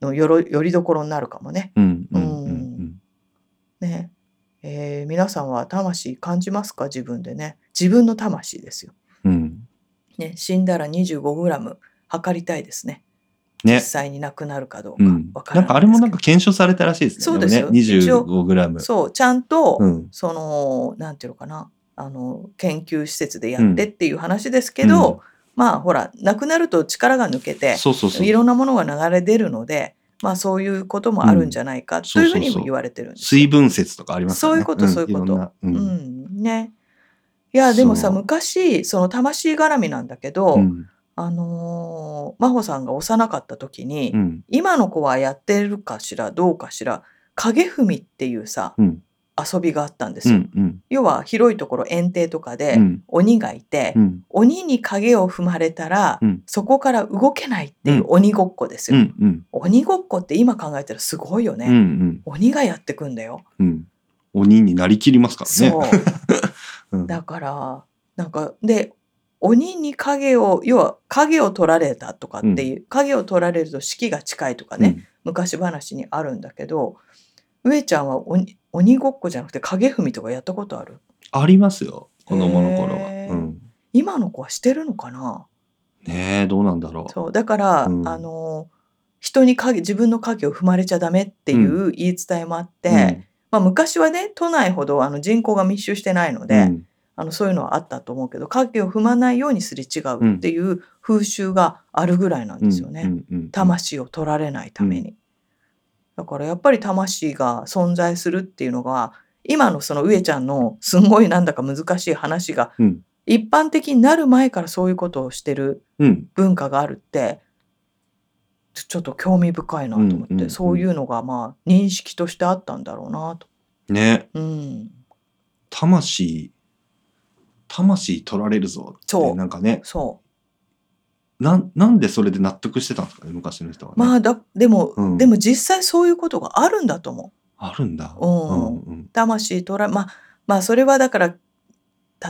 [SPEAKER 1] のよろよりどころになるかもね。
[SPEAKER 2] うんうんう
[SPEAKER 1] うん
[SPEAKER 2] ん
[SPEAKER 1] ねえー皆さんは魂感じますか自分でね自分の魂ですよ。
[SPEAKER 2] うん。うん。
[SPEAKER 1] ね、死んだら 25g 測りたいですね実
[SPEAKER 2] ね。
[SPEAKER 1] 際になくなるかどうか
[SPEAKER 2] う
[SPEAKER 1] 分から
[SPEAKER 2] ん、
[SPEAKER 1] ないですけど、
[SPEAKER 2] なんかあれもなんか検証されたらしいですね。
[SPEAKER 1] そうですよ
[SPEAKER 2] ね。25グラム。
[SPEAKER 1] そうちゃんと、
[SPEAKER 2] うん。
[SPEAKER 1] そのなんていうのかなあの研究施設でやってっていう話ですけ
[SPEAKER 2] う
[SPEAKER 1] ど、
[SPEAKER 2] ん
[SPEAKER 1] まあほらなくなると力が抜けて
[SPEAKER 2] そうそうそう
[SPEAKER 1] い。ろんなものが流れ出るので、まあ、そういうこともあるんじゃないか、というふうに
[SPEAKER 2] そうそうそ
[SPEAKER 1] も
[SPEAKER 2] う
[SPEAKER 1] 言われてるんですよ
[SPEAKER 2] 水分節とかありますよ
[SPEAKER 1] そ
[SPEAKER 2] ね。
[SPEAKER 1] ういうこと
[SPEAKER 2] ん
[SPEAKER 1] そういうこと
[SPEAKER 2] ろんなうん
[SPEAKER 1] うんね、いやでもさ
[SPEAKER 2] そう
[SPEAKER 1] 昔その魂絡みなんだけど、
[SPEAKER 2] うん
[SPEAKER 1] あのー真帆さんが幼かった時に、
[SPEAKER 2] うん
[SPEAKER 1] 今の子はやってるかしらどうかしら影踏みっていうさ、
[SPEAKER 2] うん
[SPEAKER 1] 遊びがあったんで
[SPEAKER 2] う
[SPEAKER 1] すよ。
[SPEAKER 2] んうん
[SPEAKER 1] 要は広いところ園庭とかで
[SPEAKER 2] うん
[SPEAKER 1] 鬼がいて、
[SPEAKER 2] うん
[SPEAKER 1] 鬼に影を踏まれたら、
[SPEAKER 2] うん
[SPEAKER 1] そこから動けないっていう鬼ごっこです
[SPEAKER 2] う
[SPEAKER 1] よ、
[SPEAKER 2] んうん
[SPEAKER 1] 鬼ごっこって今考えたらすごいよ
[SPEAKER 2] うんう
[SPEAKER 1] ね、
[SPEAKER 2] ん
[SPEAKER 1] 鬼がやってくんだよ、
[SPEAKER 2] うん鬼になりきりますからね
[SPEAKER 1] そう
[SPEAKER 2] うん。
[SPEAKER 1] だからなんかで鬼に影を要は影を取られたとかっていう、影を取られると死期が近いとかね、昔話にあるんだけど上ちゃんは鬼鬼ごっこじゃなくて影踏みとかやったことある
[SPEAKER 2] ありますよ子供の頃は。
[SPEAKER 1] へー
[SPEAKER 2] うん、
[SPEAKER 1] 今の子はしてるのかな
[SPEAKER 2] ねえどうなんだろう。
[SPEAKER 1] そうだから、
[SPEAKER 2] うん
[SPEAKER 1] あの人に影自分の影を踏まれちゃダメっていう言い伝えもあって、まあ、昔はね都内ほどあの人口が密集してないの
[SPEAKER 2] う
[SPEAKER 1] で、
[SPEAKER 2] ん
[SPEAKER 1] あのそういうのはあったと思うけど影を踏まないようにすれ違うっていう風習があるぐらいなん
[SPEAKER 2] うん
[SPEAKER 1] ですよね、
[SPEAKER 2] うんうんうん
[SPEAKER 1] 魂を取られないために、だからやっぱり魂が存在するっていうのが今のその上ちゃんのすごいなんだか難しい話が、
[SPEAKER 2] うん
[SPEAKER 1] 一般的になる前からそういうことをしてる
[SPEAKER 2] うん
[SPEAKER 1] 文化があるってちょちょっと興味深いなと思って、
[SPEAKER 2] うんうんうん
[SPEAKER 1] そういうのがまあ認識としてあったんだろうなと。
[SPEAKER 2] ね
[SPEAKER 1] うん、
[SPEAKER 2] 魂魂取られるぞって
[SPEAKER 1] そう
[SPEAKER 2] なんかね
[SPEAKER 1] そ
[SPEAKER 2] なんなんでそれで納得してたんですかね昔の人は
[SPEAKER 1] うま
[SPEAKER 2] ね。
[SPEAKER 1] あだでも、
[SPEAKER 2] うん
[SPEAKER 1] でも実際そういうことがあるんだと思う。
[SPEAKER 2] あるんだ。
[SPEAKER 1] う
[SPEAKER 2] うんんうん
[SPEAKER 1] 魂取らまあまあそれはだから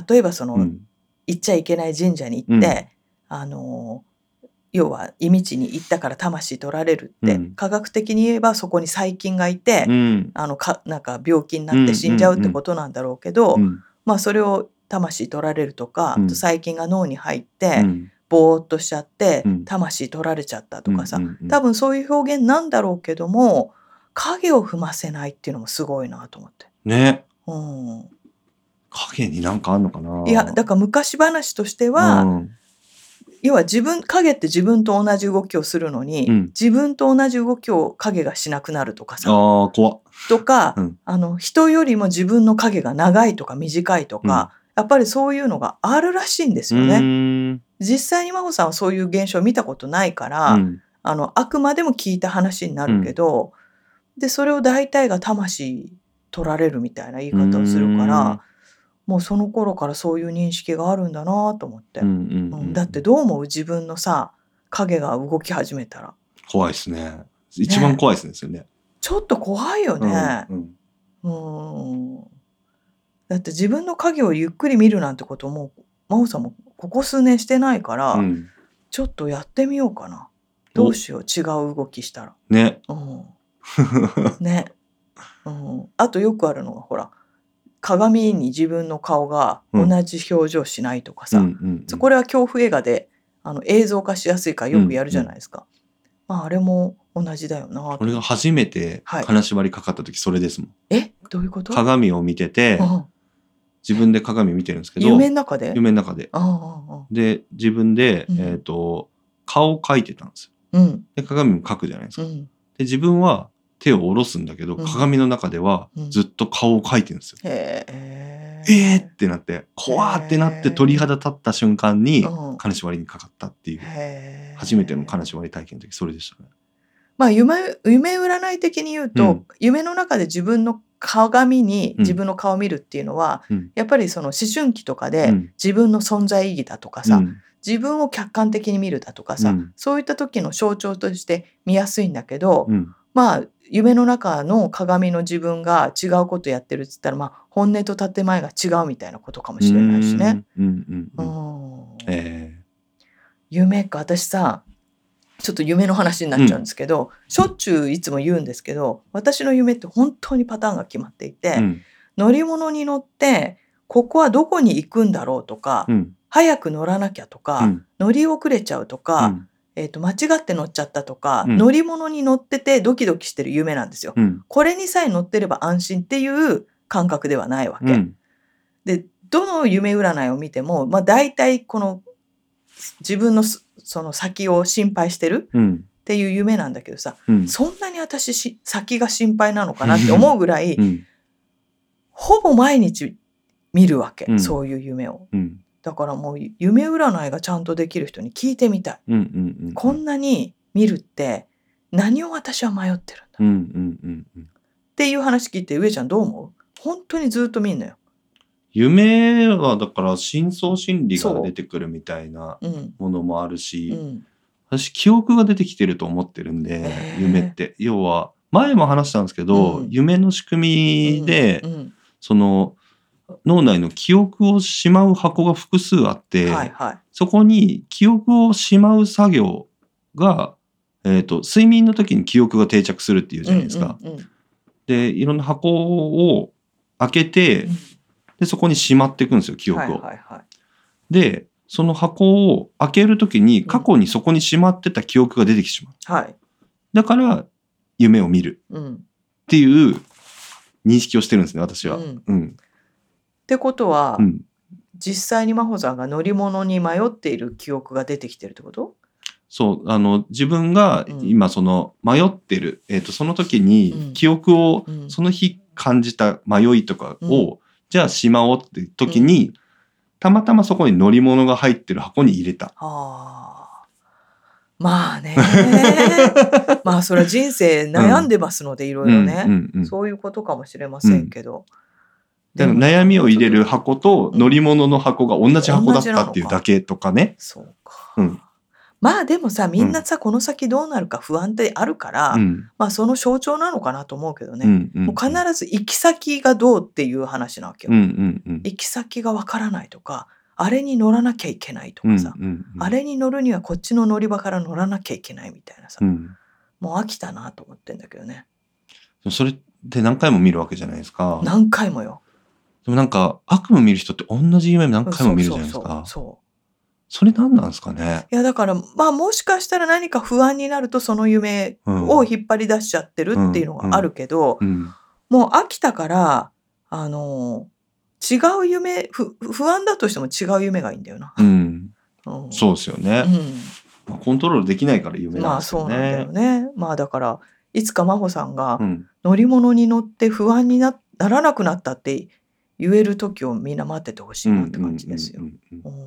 [SPEAKER 1] 例えばその、
[SPEAKER 2] うん
[SPEAKER 1] 行っちゃいけない神社に行って、あの要は忌道に行ったから魂取られるって、
[SPEAKER 2] うん
[SPEAKER 1] 科学的に言えばそこに細菌がいて、
[SPEAKER 2] うん
[SPEAKER 1] あのかなんか病気になって死んじゃうってことなんだろうけど、
[SPEAKER 2] うん
[SPEAKER 1] まあ、それを魂取られるとか、
[SPEAKER 2] うん
[SPEAKER 1] あと細菌が脳に入って、
[SPEAKER 2] うん
[SPEAKER 1] ぼーっとしちゃって、
[SPEAKER 2] うん
[SPEAKER 1] 魂取られちゃったとかさ、
[SPEAKER 2] うんうんうん
[SPEAKER 1] 多分そういう表現なんだろうけども影を踏ませないっていうのもすごいなと思って。
[SPEAKER 2] ね
[SPEAKER 1] うん
[SPEAKER 2] 影になんかあんのかない
[SPEAKER 1] いやだから昔話としては、
[SPEAKER 2] うん
[SPEAKER 1] 要は自分影って自分と同じ動きをするのに、
[SPEAKER 2] うん
[SPEAKER 1] 自分と同じ動きを影がしなくなるとか
[SPEAKER 2] あ
[SPEAKER 1] さ
[SPEAKER 2] ー怖っ
[SPEAKER 1] とか、
[SPEAKER 2] うん
[SPEAKER 1] あの人よりも自分の影が長いとか短いとか、やっぱりそういうのがあるらしいんです
[SPEAKER 2] う
[SPEAKER 1] よね。
[SPEAKER 2] ーん
[SPEAKER 1] 実際に真帆さんはそういう現象を見たことないから、
[SPEAKER 2] うん
[SPEAKER 1] あのあくまでも聞いた話になるけど、でそれを大体が魂取られるみたいな言い方をするからもうその頃からそういう認識があるんだなと思って、
[SPEAKER 2] う
[SPEAKER 1] うん
[SPEAKER 2] んうんうん
[SPEAKER 1] だってどう思う自分のさ影が動き始めたら
[SPEAKER 2] 怖いですね一番怖いですねそれね
[SPEAKER 1] ちょっと怖いよね。
[SPEAKER 2] うんうん
[SPEAKER 1] うんだって自分の影をゆっくり見るなんてことも真帆さんもここ数年してないから、
[SPEAKER 2] うん
[SPEAKER 1] ちょっとやってみようかな。どうしよう違う動きしたら。
[SPEAKER 2] ね
[SPEAKER 1] うんね、うん、あとよくあるのがほら鏡に自分の顔が同じ表情しないとかさ、
[SPEAKER 2] うんうんうん
[SPEAKER 1] そうこれは恐怖映画であの映像化しやすいからよくやるじゃないですか、まああれも同じだよな
[SPEAKER 2] 俺が初めて
[SPEAKER 1] はい
[SPEAKER 2] 金縛りかかった時それですもん、
[SPEAKER 1] えどういうこと、
[SPEAKER 2] 鏡を見てて
[SPEAKER 1] うん
[SPEAKER 2] 自分で鏡見てるんですけど
[SPEAKER 1] 夢の中で
[SPEAKER 2] 夢の中で
[SPEAKER 1] うんうん
[SPEAKER 2] で自分で、
[SPEAKER 1] うん
[SPEAKER 2] えっ、と顔を描いてたんです
[SPEAKER 1] う
[SPEAKER 2] よ
[SPEAKER 1] ん
[SPEAKER 2] で鏡も描くじゃないです
[SPEAKER 1] う
[SPEAKER 2] か、で
[SPEAKER 1] ん
[SPEAKER 2] 自分は手を下ろすんだけど、
[SPEAKER 1] うん
[SPEAKER 2] 鏡の中では
[SPEAKER 1] うん
[SPEAKER 2] ずっと顔を描いてるんですよ、
[SPEAKER 1] へえ
[SPEAKER 2] えーってなって怖ーってなって鳥肌立った瞬間に
[SPEAKER 1] うん
[SPEAKER 2] 金縛りにかかったっていう
[SPEAKER 1] へえ
[SPEAKER 2] 初めての金縛り体験の時それでしたね
[SPEAKER 1] まあ夢夢占い的に言うと、
[SPEAKER 2] うん
[SPEAKER 1] 夢の中で自分の鏡に
[SPEAKER 2] うん
[SPEAKER 1] 自分の顔を見るっていうのは、
[SPEAKER 2] うん
[SPEAKER 1] やっぱりその思春期とかで
[SPEAKER 2] うん
[SPEAKER 1] 自分の存在意義だとかさ、
[SPEAKER 2] うん
[SPEAKER 1] 自分を客観的に見るだとかさ、
[SPEAKER 2] うん
[SPEAKER 1] そういった時の象徴として見やすいんだけど、
[SPEAKER 2] うん
[SPEAKER 1] まあ夢の中の鏡の自分が違うことやってるっつったら、まあ、本音と建前が違うみたいなことかもしれないしね。
[SPEAKER 2] うんうんうん
[SPEAKER 1] うん
[SPEAKER 2] え
[SPEAKER 1] 夢か私さちょっと夢の話になっちゃうんですけど、しょっちゅういつも言うんですけど私の夢って本当にパターンが決まっていて、
[SPEAKER 2] ーうん
[SPEAKER 1] 乗り物に乗ってここはどこに行くんだろうとか、
[SPEAKER 2] うん
[SPEAKER 1] 早く乗らなきゃとか、
[SPEAKER 2] うん
[SPEAKER 1] 乗り遅れちゃうと
[SPEAKER 2] う
[SPEAKER 1] か、
[SPEAKER 2] ん
[SPEAKER 1] えー、と間違って乗っちゃったとか、
[SPEAKER 2] うん
[SPEAKER 1] 乗り物に乗っててドキドキしてる夢なんですよ。
[SPEAKER 2] うん
[SPEAKER 1] これにさえ乗ってれば安心っていう感覚ではないわけ。
[SPEAKER 2] うん
[SPEAKER 1] でどの夢占いを見ても、まあ、大体この自分のすその先を心配してる
[SPEAKER 2] うん
[SPEAKER 1] っていう夢なんだけどさ
[SPEAKER 2] うん
[SPEAKER 1] そんなに私し先が心配なのかなって思うぐらい、
[SPEAKER 2] うん
[SPEAKER 1] ほぼ毎日見るわけ、
[SPEAKER 2] うん
[SPEAKER 1] そういう夢を
[SPEAKER 2] うん
[SPEAKER 1] だからもう夢占いがちゃんとできる人に聞いてみたい、
[SPEAKER 2] うんうんうん
[SPEAKER 1] こんなに見るって何を私は迷ってるんだ、
[SPEAKER 2] う
[SPEAKER 1] っ
[SPEAKER 2] んうんうんうん
[SPEAKER 1] ていう話聞いて上ちゃんどう思う本当にずっと見んのよ、
[SPEAKER 2] 夢はだから深層心理が出てくるみたいな
[SPEAKER 1] うん
[SPEAKER 2] ものもあるし、
[SPEAKER 1] うん
[SPEAKER 2] 私記憶が出てきてると思ってるんで、
[SPEAKER 1] へー
[SPEAKER 2] 夢って要は前も話したんですけど、
[SPEAKER 1] うん
[SPEAKER 2] 夢の仕組みで、
[SPEAKER 1] うん
[SPEAKER 2] その脳内の記憶をしまう箱が複数あって、
[SPEAKER 1] はいはい
[SPEAKER 2] そこに記憶をしまう作業が、えー、と睡眠の時に記憶が定着するっていうじゃないですか。
[SPEAKER 1] うんうんうん
[SPEAKER 2] でいろんな箱を開けて
[SPEAKER 1] うん
[SPEAKER 2] でそこにしまっていくんですよ記憶を。
[SPEAKER 1] はいはいはい
[SPEAKER 2] でその箱を開ける時に過去にそこにしまってた記憶が出てきてしまう。
[SPEAKER 1] はい、
[SPEAKER 2] だから夢を見る
[SPEAKER 1] うん、っ
[SPEAKER 2] っていう認識をしてるんですね私は。
[SPEAKER 1] う
[SPEAKER 2] うんん、うん
[SPEAKER 1] てことは、実際に真帆さんが乗り物に迷っている記憶が出てきてるってこと、
[SPEAKER 2] そうあの自分が
[SPEAKER 1] うん
[SPEAKER 2] 今その迷ってる、えっとその時
[SPEAKER 1] うん
[SPEAKER 2] に記憶を
[SPEAKER 1] うん
[SPEAKER 2] その日感じた迷いとかを、じゃあしまおうって時に、たまたまそこに乗り物が入ってる箱に入れた。
[SPEAKER 1] あーまあ
[SPEAKER 2] [LAUGHS]
[SPEAKER 1] ねまあそれは人生悩んでますので、いろいろね、
[SPEAKER 2] うんうんうん
[SPEAKER 1] そういうことかもしれませんけど、
[SPEAKER 2] だから悩みを入れる箱と乗り物の箱が同じ箱だったっていうだけとかね。
[SPEAKER 1] そうか、
[SPEAKER 2] うん
[SPEAKER 1] まあでもさみんなさ、この先どうなるか不安ってあるから、
[SPEAKER 2] うん
[SPEAKER 1] まあその象徴なのかなと思うけどね、
[SPEAKER 2] うんうん
[SPEAKER 1] もう必ず行き先がどうっていう話なわけよ、
[SPEAKER 2] うんうんうん
[SPEAKER 1] 行き先がわからないとかあれに乗らなきゃいけないとかさ、
[SPEAKER 2] うんうんうん
[SPEAKER 1] あれに乗るにはこっちの乗り場から乗らなきゃいけないみたいなさ、
[SPEAKER 2] うん
[SPEAKER 1] もう飽きたなと思ってんだけどね
[SPEAKER 2] でもそれって何回も見るわけじゃないですか。
[SPEAKER 1] 何回もよ
[SPEAKER 2] でもなんか悪夢見る人って同じ夢何回も見るじゃないですか
[SPEAKER 1] そうそう。そ
[SPEAKER 2] それ何なんですかね。
[SPEAKER 1] ういやだからまあもしかしたら何か不安になるとその夢
[SPEAKER 2] うん
[SPEAKER 1] を引っ張り出しちゃってるっていうのがあるけど、
[SPEAKER 2] うん
[SPEAKER 1] もう飽きたからあのー違う夢ふ不安だとしても違う夢がいいんだよな。
[SPEAKER 2] うん、
[SPEAKER 1] うん
[SPEAKER 2] そうですよね
[SPEAKER 1] う、ん
[SPEAKER 2] まあコントロールできないから夢な
[SPEAKER 1] ま
[SPEAKER 2] ん
[SPEAKER 1] あ
[SPEAKER 2] です
[SPEAKER 1] そう
[SPEAKER 2] よ
[SPEAKER 1] なんだ
[SPEAKER 2] ね
[SPEAKER 1] よ。ね。まあだからいつか真帆さんが
[SPEAKER 2] うん
[SPEAKER 1] 乗り物に乗って不安になならなくなったって言える時をみんな待っててほしいなって感じですよ
[SPEAKER 2] う。んうん
[SPEAKER 1] うん
[SPEAKER 2] うん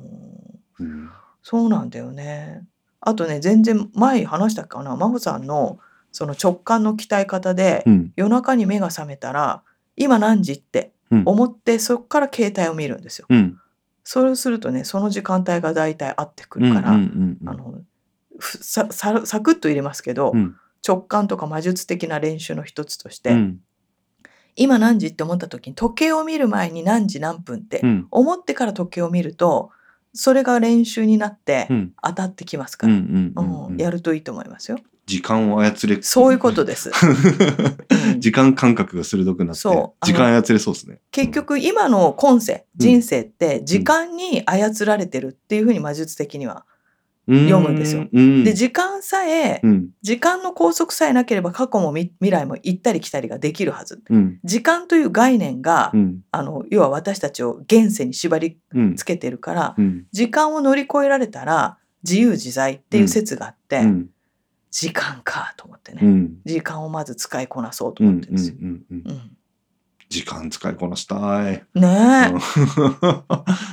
[SPEAKER 2] うん
[SPEAKER 1] そうなんだよね。あとね全然前話したかな真帆さんのその直感の鍛え方で、
[SPEAKER 2] うん
[SPEAKER 1] 夜中に目が覚めたら今何時って
[SPEAKER 2] うん
[SPEAKER 1] 思ってそこから携帯を見るんですよ。
[SPEAKER 2] うん
[SPEAKER 1] そうするとねその時間帯が大体合ってく
[SPEAKER 2] うん
[SPEAKER 1] るから、
[SPEAKER 2] うんうんうん
[SPEAKER 1] あのふささサクッと入れますけど、
[SPEAKER 2] うん
[SPEAKER 1] 直感とか魔術的な練習の一つとして、
[SPEAKER 2] うん
[SPEAKER 1] 今何時って思った時に時計を見る前に何時何分って
[SPEAKER 2] うん
[SPEAKER 1] 思ってから時計を見るとそれが練習になって
[SPEAKER 2] うん
[SPEAKER 1] 当たってきます
[SPEAKER 2] う
[SPEAKER 1] から、うん
[SPEAKER 2] んうんうん
[SPEAKER 1] やるといいと思いますよ。
[SPEAKER 2] 時間を操れ [LAUGHS]
[SPEAKER 1] そういうことです。うん
[SPEAKER 2] 時間感覚が鋭くなって
[SPEAKER 1] そうあの
[SPEAKER 2] 時間操れそうですね。
[SPEAKER 1] 結局今の今世
[SPEAKER 2] うん
[SPEAKER 1] 人生って時間に操られてるっていうふうに魔術的には。読むんですよ
[SPEAKER 2] う。うん
[SPEAKER 1] で時間さえ
[SPEAKER 2] うん
[SPEAKER 1] 時間の拘束さえなければ過去もみ未来も行ったり来たりができるはず。
[SPEAKER 2] うん
[SPEAKER 1] 時間という概念が、
[SPEAKER 2] うん
[SPEAKER 1] あの要は私たちを現世に縛り
[SPEAKER 2] うん
[SPEAKER 1] つけてるから
[SPEAKER 2] うん
[SPEAKER 1] 時間を乗り越えられたら自由自在っていう説があって、
[SPEAKER 2] うん
[SPEAKER 1] 時間かと思ってね、
[SPEAKER 2] うん
[SPEAKER 1] 時間をまず使いこなそうと
[SPEAKER 2] うんう
[SPEAKER 1] 思っ
[SPEAKER 2] ん
[SPEAKER 1] てるんですよ。
[SPEAKER 2] うん
[SPEAKER 1] うん
[SPEAKER 2] 時間使いこなした
[SPEAKER 1] [LAUGHS]
[SPEAKER 2] い。
[SPEAKER 1] ねえ、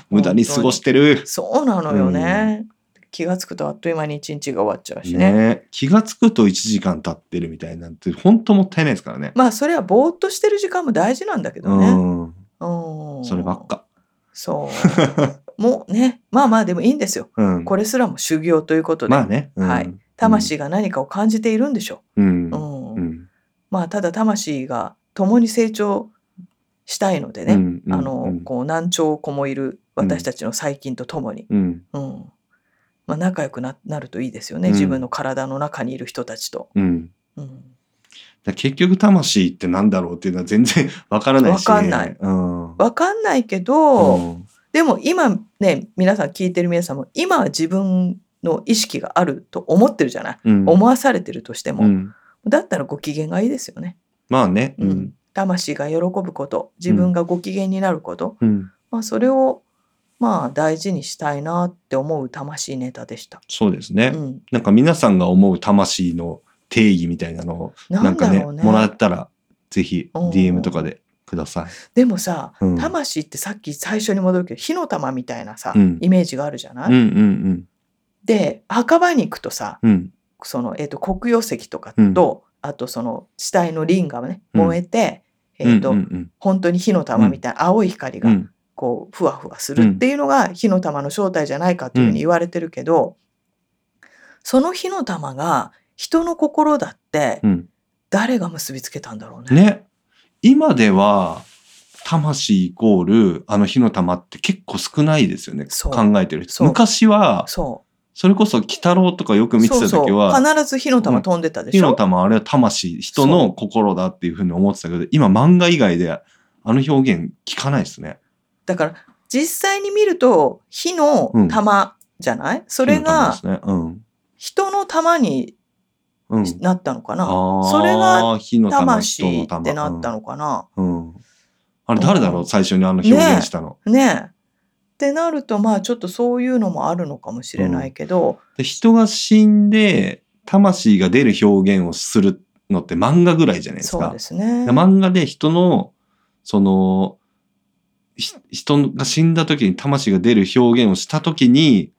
[SPEAKER 2] 無駄に過ごしてる。
[SPEAKER 1] そうなのよね。気がつくとあっという間に一日が終わっちゃうしね。
[SPEAKER 2] ね、気がつくと1時間経ってるみたいなんて本当もったいないですからね。
[SPEAKER 1] まあそれはぼーっとしてる時間も大事なんだけどね。
[SPEAKER 2] うん、
[SPEAKER 1] うん、
[SPEAKER 2] そればっ。か。 [LAUGHS]
[SPEAKER 1] そう。もうね、まあまあでもいいんですよ。
[SPEAKER 2] うん、
[SPEAKER 1] これすらも修行ということで、
[SPEAKER 2] まあね、うん、
[SPEAKER 1] はい、魂が何かを感じているんでしょ
[SPEAKER 2] うん、
[SPEAKER 1] う。う
[SPEAKER 2] うん
[SPEAKER 1] ん
[SPEAKER 2] うん
[SPEAKER 1] まあただ魂が共に成長したいので
[SPEAKER 2] う
[SPEAKER 1] ね、
[SPEAKER 2] ん、
[SPEAKER 1] あの、こう何兆個もいる私たちの細菌と共に、
[SPEAKER 2] うん、
[SPEAKER 1] うんまあ、仲良くななるといいですよね、
[SPEAKER 2] うん
[SPEAKER 1] 自分の体の中にいる人たちと。
[SPEAKER 2] うん、
[SPEAKER 1] うん
[SPEAKER 2] だから結局魂ってなんだろうっていうのは全然わからないし、ね、
[SPEAKER 1] わかんない
[SPEAKER 2] うん、
[SPEAKER 1] わかんないけど、
[SPEAKER 2] うん
[SPEAKER 1] でも今ね皆さん聞いてる皆さんも今は自分の意識があると思ってるじゃない、
[SPEAKER 2] うん
[SPEAKER 1] 思わされてるとしても、
[SPEAKER 2] うん
[SPEAKER 1] だったらご機嫌がいいですよね、
[SPEAKER 2] まあね、
[SPEAKER 1] う
[SPEAKER 2] うんん、
[SPEAKER 1] 魂が喜ぶこと自分がご機嫌になること、
[SPEAKER 2] うん、
[SPEAKER 1] まあ、それをまあ大事にしたいなって思う魂ネタでした。
[SPEAKER 2] そうですね、
[SPEAKER 1] うん、
[SPEAKER 2] なんか皆さんが思う魂の定義みたいなのをな
[SPEAKER 1] なんん
[SPEAKER 2] か
[SPEAKER 1] だ
[SPEAKER 2] ね
[SPEAKER 1] ろうね
[SPEAKER 2] もらったらぜひ
[SPEAKER 1] うん
[SPEAKER 2] DM とかでください。
[SPEAKER 1] でもさ、
[SPEAKER 2] うん
[SPEAKER 1] 魂ってさっき最初に戻るけど火の玉みたいなさ、
[SPEAKER 2] うん
[SPEAKER 1] イメージがあるじゃない、
[SPEAKER 2] うんうん
[SPEAKER 1] で墓場に行くとさ
[SPEAKER 2] うんうん
[SPEAKER 1] その、えー、と黒曜石とかと、あとその死体の輪がね
[SPEAKER 2] うん
[SPEAKER 1] 燃えて、
[SPEAKER 2] うん
[SPEAKER 1] えーと
[SPEAKER 2] うんうん
[SPEAKER 1] 本当に火の玉みたいな青い光
[SPEAKER 2] う
[SPEAKER 1] が
[SPEAKER 2] ん
[SPEAKER 1] こうふわふわするっていうのが火の玉の正体じゃないかというふうに言われてるけど、その火の玉が人の心だって
[SPEAKER 2] うん
[SPEAKER 1] 誰が結びつけたんだろうね。
[SPEAKER 2] ね今では魂イコールあの火の玉って結構少ないですよね
[SPEAKER 1] そ
[SPEAKER 2] 考
[SPEAKER 1] う
[SPEAKER 2] えてる人
[SPEAKER 1] そう
[SPEAKER 2] 昔は
[SPEAKER 1] そ
[SPEAKER 2] それこそ鬼太郎とかよく
[SPEAKER 1] う
[SPEAKER 2] 見てた
[SPEAKER 1] そう
[SPEAKER 2] 時は
[SPEAKER 1] そう必ず火の玉飛んでたで
[SPEAKER 2] 火
[SPEAKER 1] しょ、
[SPEAKER 2] の玉あれは魂人の心だっていうふうに思ってたけど今漫画以外であの表現聞かないですね。
[SPEAKER 1] だから実際に見ると火の玉じゃない、それが
[SPEAKER 2] 火の玉ですね
[SPEAKER 1] 人の玉に
[SPEAKER 2] うんうん
[SPEAKER 1] なったのかな、
[SPEAKER 2] あー
[SPEAKER 1] それが
[SPEAKER 2] 火の玉
[SPEAKER 1] 魂ってなったのかな、
[SPEAKER 2] 人の玉うんうんあれ誰だろ
[SPEAKER 1] う
[SPEAKER 2] うん最初にあの表現したの。
[SPEAKER 1] ねえ。ってなるとまあちょっとそういうのもあるのかもしれないけど、
[SPEAKER 2] で人が死んで魂が出る表現をするのって漫画ぐらいじゃないです
[SPEAKER 1] そう
[SPEAKER 2] か
[SPEAKER 1] で。すね。
[SPEAKER 2] で漫画で人のそのひ人が死んだ時に魂が出る表現をした時に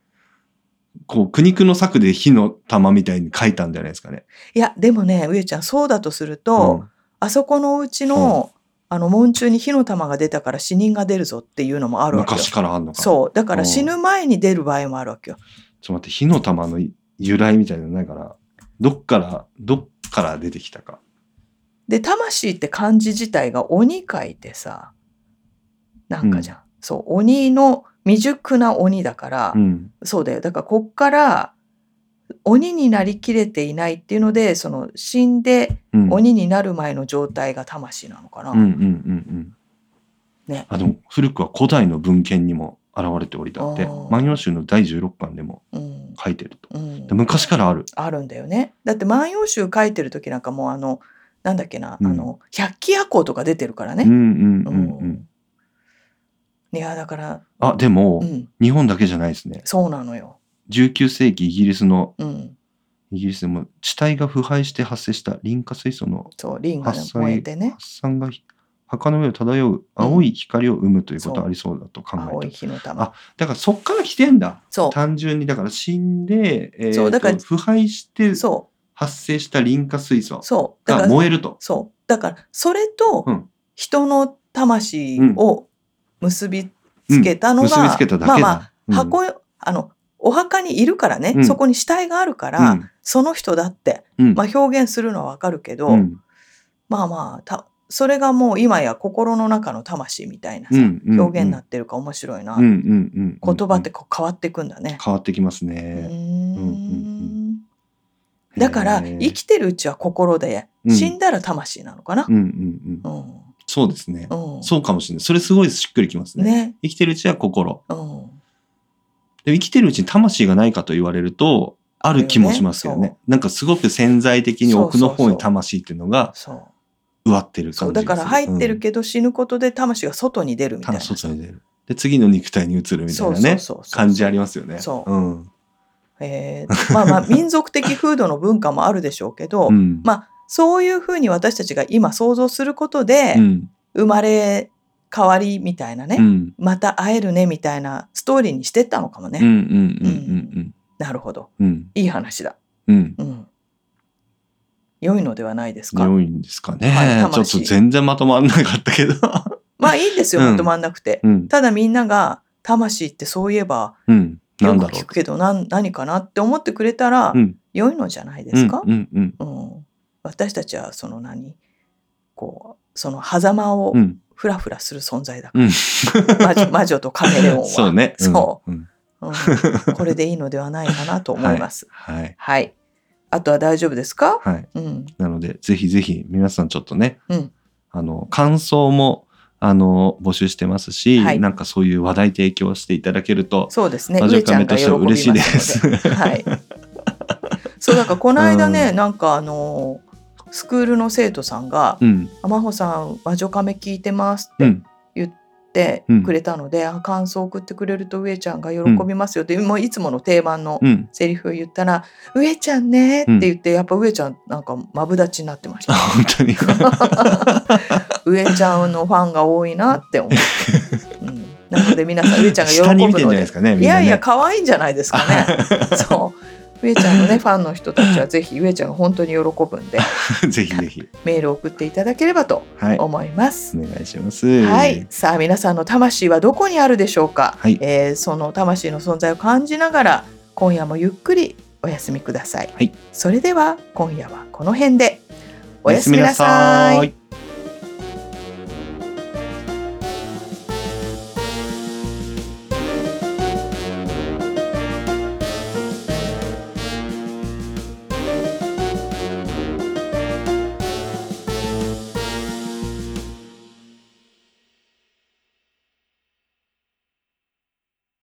[SPEAKER 2] こう苦肉の策で火の玉みたいに書いたんじゃないですかね。
[SPEAKER 1] いやでもね上ちゃんそうだとすると、あそこのうちの、あの門中に火の玉が出たから死人が出るぞっていうのもあ
[SPEAKER 2] うん
[SPEAKER 1] るわけよ
[SPEAKER 2] 昔。からあんのかなちょ
[SPEAKER 1] そうだか
[SPEAKER 2] う
[SPEAKER 1] ら
[SPEAKER 2] ん
[SPEAKER 1] 死ぬ前に出る場合もあるわけよ。
[SPEAKER 2] っと待って火の玉の由来みたいなのないからどっからどっから出てきたか。
[SPEAKER 1] で魂って漢字自体が鬼界でさなんかじゃん、そう鬼の未熟な鬼だから、
[SPEAKER 2] うん
[SPEAKER 1] そうだよだからこっから鬼になりきれていないっていうのでその死んで
[SPEAKER 2] うん
[SPEAKER 1] 鬼になる前の状態が魂なのかな。
[SPEAKER 2] うんうんうんうん。
[SPEAKER 1] ね
[SPEAKER 2] あでも古くは古代の文献にも現れておりだって
[SPEAKER 1] あー
[SPEAKER 2] 「万葉集」の第16巻でも
[SPEAKER 1] うん
[SPEAKER 2] 書いてると。
[SPEAKER 1] うん
[SPEAKER 2] で昔からある。
[SPEAKER 1] あるんだよね。だって「万葉集」書いてる時なんかもうあのなんだっけな、
[SPEAKER 2] うん
[SPEAKER 1] あの百鬼夜行とか出てるから
[SPEAKER 2] う
[SPEAKER 1] ね。
[SPEAKER 2] んうん
[SPEAKER 1] う
[SPEAKER 2] うんんうん。
[SPEAKER 1] いやだから、
[SPEAKER 2] あでも、
[SPEAKER 1] うん、
[SPEAKER 2] 日本だけじゃないですね
[SPEAKER 1] そうなのよ。
[SPEAKER 2] 19世紀イギリスの
[SPEAKER 1] うん、
[SPEAKER 2] イギリスでも地帯が腐敗して発生したリン化水素の
[SPEAKER 1] そうリンガが
[SPEAKER 2] 発災
[SPEAKER 1] 燃えてね
[SPEAKER 2] 発散が墓の上を漂う青い光を生むということ
[SPEAKER 1] そう
[SPEAKER 2] はありそうだと考えた、
[SPEAKER 1] 青い火の
[SPEAKER 2] あ
[SPEAKER 1] 玉。
[SPEAKER 2] だからそっから来てんだ
[SPEAKER 1] そ
[SPEAKER 2] 単純にだから死んで、えー
[SPEAKER 1] そうだから
[SPEAKER 2] と腐敗して
[SPEAKER 1] うそ
[SPEAKER 2] 発生したリン化水
[SPEAKER 1] う
[SPEAKER 2] 素
[SPEAKER 1] そうだか
[SPEAKER 2] が
[SPEAKER 1] ら
[SPEAKER 2] 燃えると
[SPEAKER 1] そうだからそれと
[SPEAKER 2] うん
[SPEAKER 1] 人の魂を結びつけたのが、
[SPEAKER 2] 結びつけただ
[SPEAKER 1] まあ
[SPEAKER 2] けだ、
[SPEAKER 1] まあ
[SPEAKER 2] うん
[SPEAKER 1] 箱よ、あのお墓にいるからね、
[SPEAKER 2] うん
[SPEAKER 1] そこに死体があるから、その人だって、
[SPEAKER 2] うんうん
[SPEAKER 1] まあ、表現するのはわかるけど、
[SPEAKER 2] うん
[SPEAKER 1] まあまあたそれがもう今や心の中の魂みたいなさ、
[SPEAKER 2] うんうん
[SPEAKER 1] 表現になってるから面白いな、
[SPEAKER 2] うんうんうんうん
[SPEAKER 1] 言葉ってこう変わっていくんだね。
[SPEAKER 2] 変わってきます
[SPEAKER 1] うー
[SPEAKER 2] ね、
[SPEAKER 1] ん
[SPEAKER 2] うんうん
[SPEAKER 1] だから
[SPEAKER 2] へー
[SPEAKER 1] 生きてるうちは心で
[SPEAKER 2] うん
[SPEAKER 1] 死んだら魂なのかな
[SPEAKER 2] う。んうんうん
[SPEAKER 1] うん
[SPEAKER 2] そうですね、
[SPEAKER 1] うん
[SPEAKER 2] そうかもしれないそれすごいしっくりきますね
[SPEAKER 1] ね。
[SPEAKER 2] 生きてるうちは心
[SPEAKER 1] うん
[SPEAKER 2] で生きてるうちに魂がないかと言われるとある気もしますよね
[SPEAKER 1] だよね
[SPEAKER 2] なんかすごく潜在的に奥の方に魂っていうのが
[SPEAKER 1] そう
[SPEAKER 2] 植わってる
[SPEAKER 1] そ
[SPEAKER 2] 感
[SPEAKER 1] う
[SPEAKER 2] じが
[SPEAKER 1] だ
[SPEAKER 2] する
[SPEAKER 1] から入ってる
[SPEAKER 2] うん
[SPEAKER 1] けど死ぬことで魂が外に出るみたい
[SPEAKER 2] た
[SPEAKER 1] な
[SPEAKER 2] だ外に出るで次の肉体に移るみたいなね
[SPEAKER 1] そうそうそうそう
[SPEAKER 2] 感じありますよね
[SPEAKER 1] そう
[SPEAKER 2] うん
[SPEAKER 1] えーまあまあ民族的風土の文化もあるでしょうけど、
[SPEAKER 2] うん
[SPEAKER 1] まあそういうふうに私たちが今想像することで、
[SPEAKER 2] うん
[SPEAKER 1] 生まれ変わりみたいなね、
[SPEAKER 2] うん
[SPEAKER 1] また会えるねみたいなストーリーにしてったのかもね、
[SPEAKER 2] うんうんうん
[SPEAKER 1] なるほど
[SPEAKER 2] うんうん
[SPEAKER 1] いい話だ、
[SPEAKER 2] うん
[SPEAKER 1] うん、良いのではないですか
[SPEAKER 2] 良いんですかね、
[SPEAKER 1] はい
[SPEAKER 2] ちょっ
[SPEAKER 1] 魂
[SPEAKER 2] と全然まとまんなかった
[SPEAKER 1] [LAUGHS]
[SPEAKER 2] けど
[SPEAKER 1] まあいいんですよ
[SPEAKER 2] うん
[SPEAKER 1] まとまんなくて、
[SPEAKER 2] うん
[SPEAKER 1] ただみんなが魂ってそういえば
[SPEAKER 2] うんな
[SPEAKER 1] よ
[SPEAKER 2] ん
[SPEAKER 1] く
[SPEAKER 2] だろ
[SPEAKER 1] 聞くけどなん何かなって思ってくれたら、
[SPEAKER 2] ううん
[SPEAKER 1] 良いのじゃないですか、
[SPEAKER 2] うんうんうん
[SPEAKER 1] うん私たちはその何こうその狭間を
[SPEAKER 2] うん
[SPEAKER 1] フラフラする存在だか
[SPEAKER 2] うん
[SPEAKER 1] ら、魔
[SPEAKER 2] [LAUGHS]
[SPEAKER 1] 女魔女とカメレオンは
[SPEAKER 2] そうねん
[SPEAKER 1] そ
[SPEAKER 2] ん
[SPEAKER 1] うんこれでいいのではないかなと思います。
[SPEAKER 2] [LAUGHS] はい
[SPEAKER 1] はい、あとは大丈夫ですか？
[SPEAKER 2] はい
[SPEAKER 1] うん。
[SPEAKER 2] なので、ぜひぜひ皆さんちょっとね、
[SPEAKER 1] うん
[SPEAKER 2] あの、感想も、あの、募集してますし、
[SPEAKER 1] はい
[SPEAKER 2] なんかそういう話題提供していただけると、
[SPEAKER 1] そうですね。
[SPEAKER 2] ラジ
[SPEAKER 1] 上
[SPEAKER 2] オ
[SPEAKER 1] ちゃ
[SPEAKER 2] カ
[SPEAKER 1] ん
[SPEAKER 2] メ
[SPEAKER 1] が
[SPEAKER 2] とし
[SPEAKER 1] 喜
[SPEAKER 2] ては
[SPEAKER 1] びますので。
[SPEAKER 2] 嬉しいです [LAUGHS]
[SPEAKER 1] はい。そうなんかこの間ね、
[SPEAKER 2] う
[SPEAKER 1] なんかあのースクールの生徒さんが
[SPEAKER 2] うん、
[SPEAKER 1] 「真帆さん魔女カメ聞いてます」
[SPEAKER 2] う
[SPEAKER 1] って
[SPEAKER 2] ん、
[SPEAKER 1] 言って
[SPEAKER 2] うん
[SPEAKER 1] くれたので、あ感想送ってくれると上ちゃんが喜びますよって、もういつもの定番の
[SPEAKER 2] うん。 [LAUGHS]
[SPEAKER 1] セリフを言ったら「上ちゃんね」って言って、やっぱ上ちゃんなんかマブダチになってました [LAUGHS]
[SPEAKER 2] あ。本当に。
[SPEAKER 1] 上ちゃんのファンが多いなって思
[SPEAKER 2] [LAUGHS]
[SPEAKER 1] う。うん、なので皆さん上ちゃんが喜ぶ
[SPEAKER 2] 下に
[SPEAKER 1] の
[SPEAKER 2] 見てんじ
[SPEAKER 1] で
[SPEAKER 2] ゃないですかね、みん
[SPEAKER 1] い
[SPEAKER 2] な、
[SPEAKER 1] や
[SPEAKER 2] ね。
[SPEAKER 1] いや可愛いんじゃないですかね。そう上ちゃんのねファンの人たちはぜひ上ちゃんが本当に喜ぶんで
[SPEAKER 2] [LAUGHS] ぜひぜひ。
[SPEAKER 1] メールを送っていただければと
[SPEAKER 2] はい。お
[SPEAKER 1] 思います。
[SPEAKER 2] 願いします。
[SPEAKER 1] はい、。さあ皆さんの魂はどこにあるでしょうか、
[SPEAKER 2] はい
[SPEAKER 1] えーその魂の存在を感じながら今夜もゆっくりお休みください、
[SPEAKER 2] はい
[SPEAKER 1] それでは今夜はこの辺でお
[SPEAKER 2] お
[SPEAKER 1] や
[SPEAKER 2] や
[SPEAKER 1] す
[SPEAKER 2] す
[SPEAKER 1] み
[SPEAKER 2] み
[SPEAKER 1] な
[SPEAKER 2] な
[SPEAKER 1] さ
[SPEAKER 2] さ
[SPEAKER 1] い
[SPEAKER 2] ーい。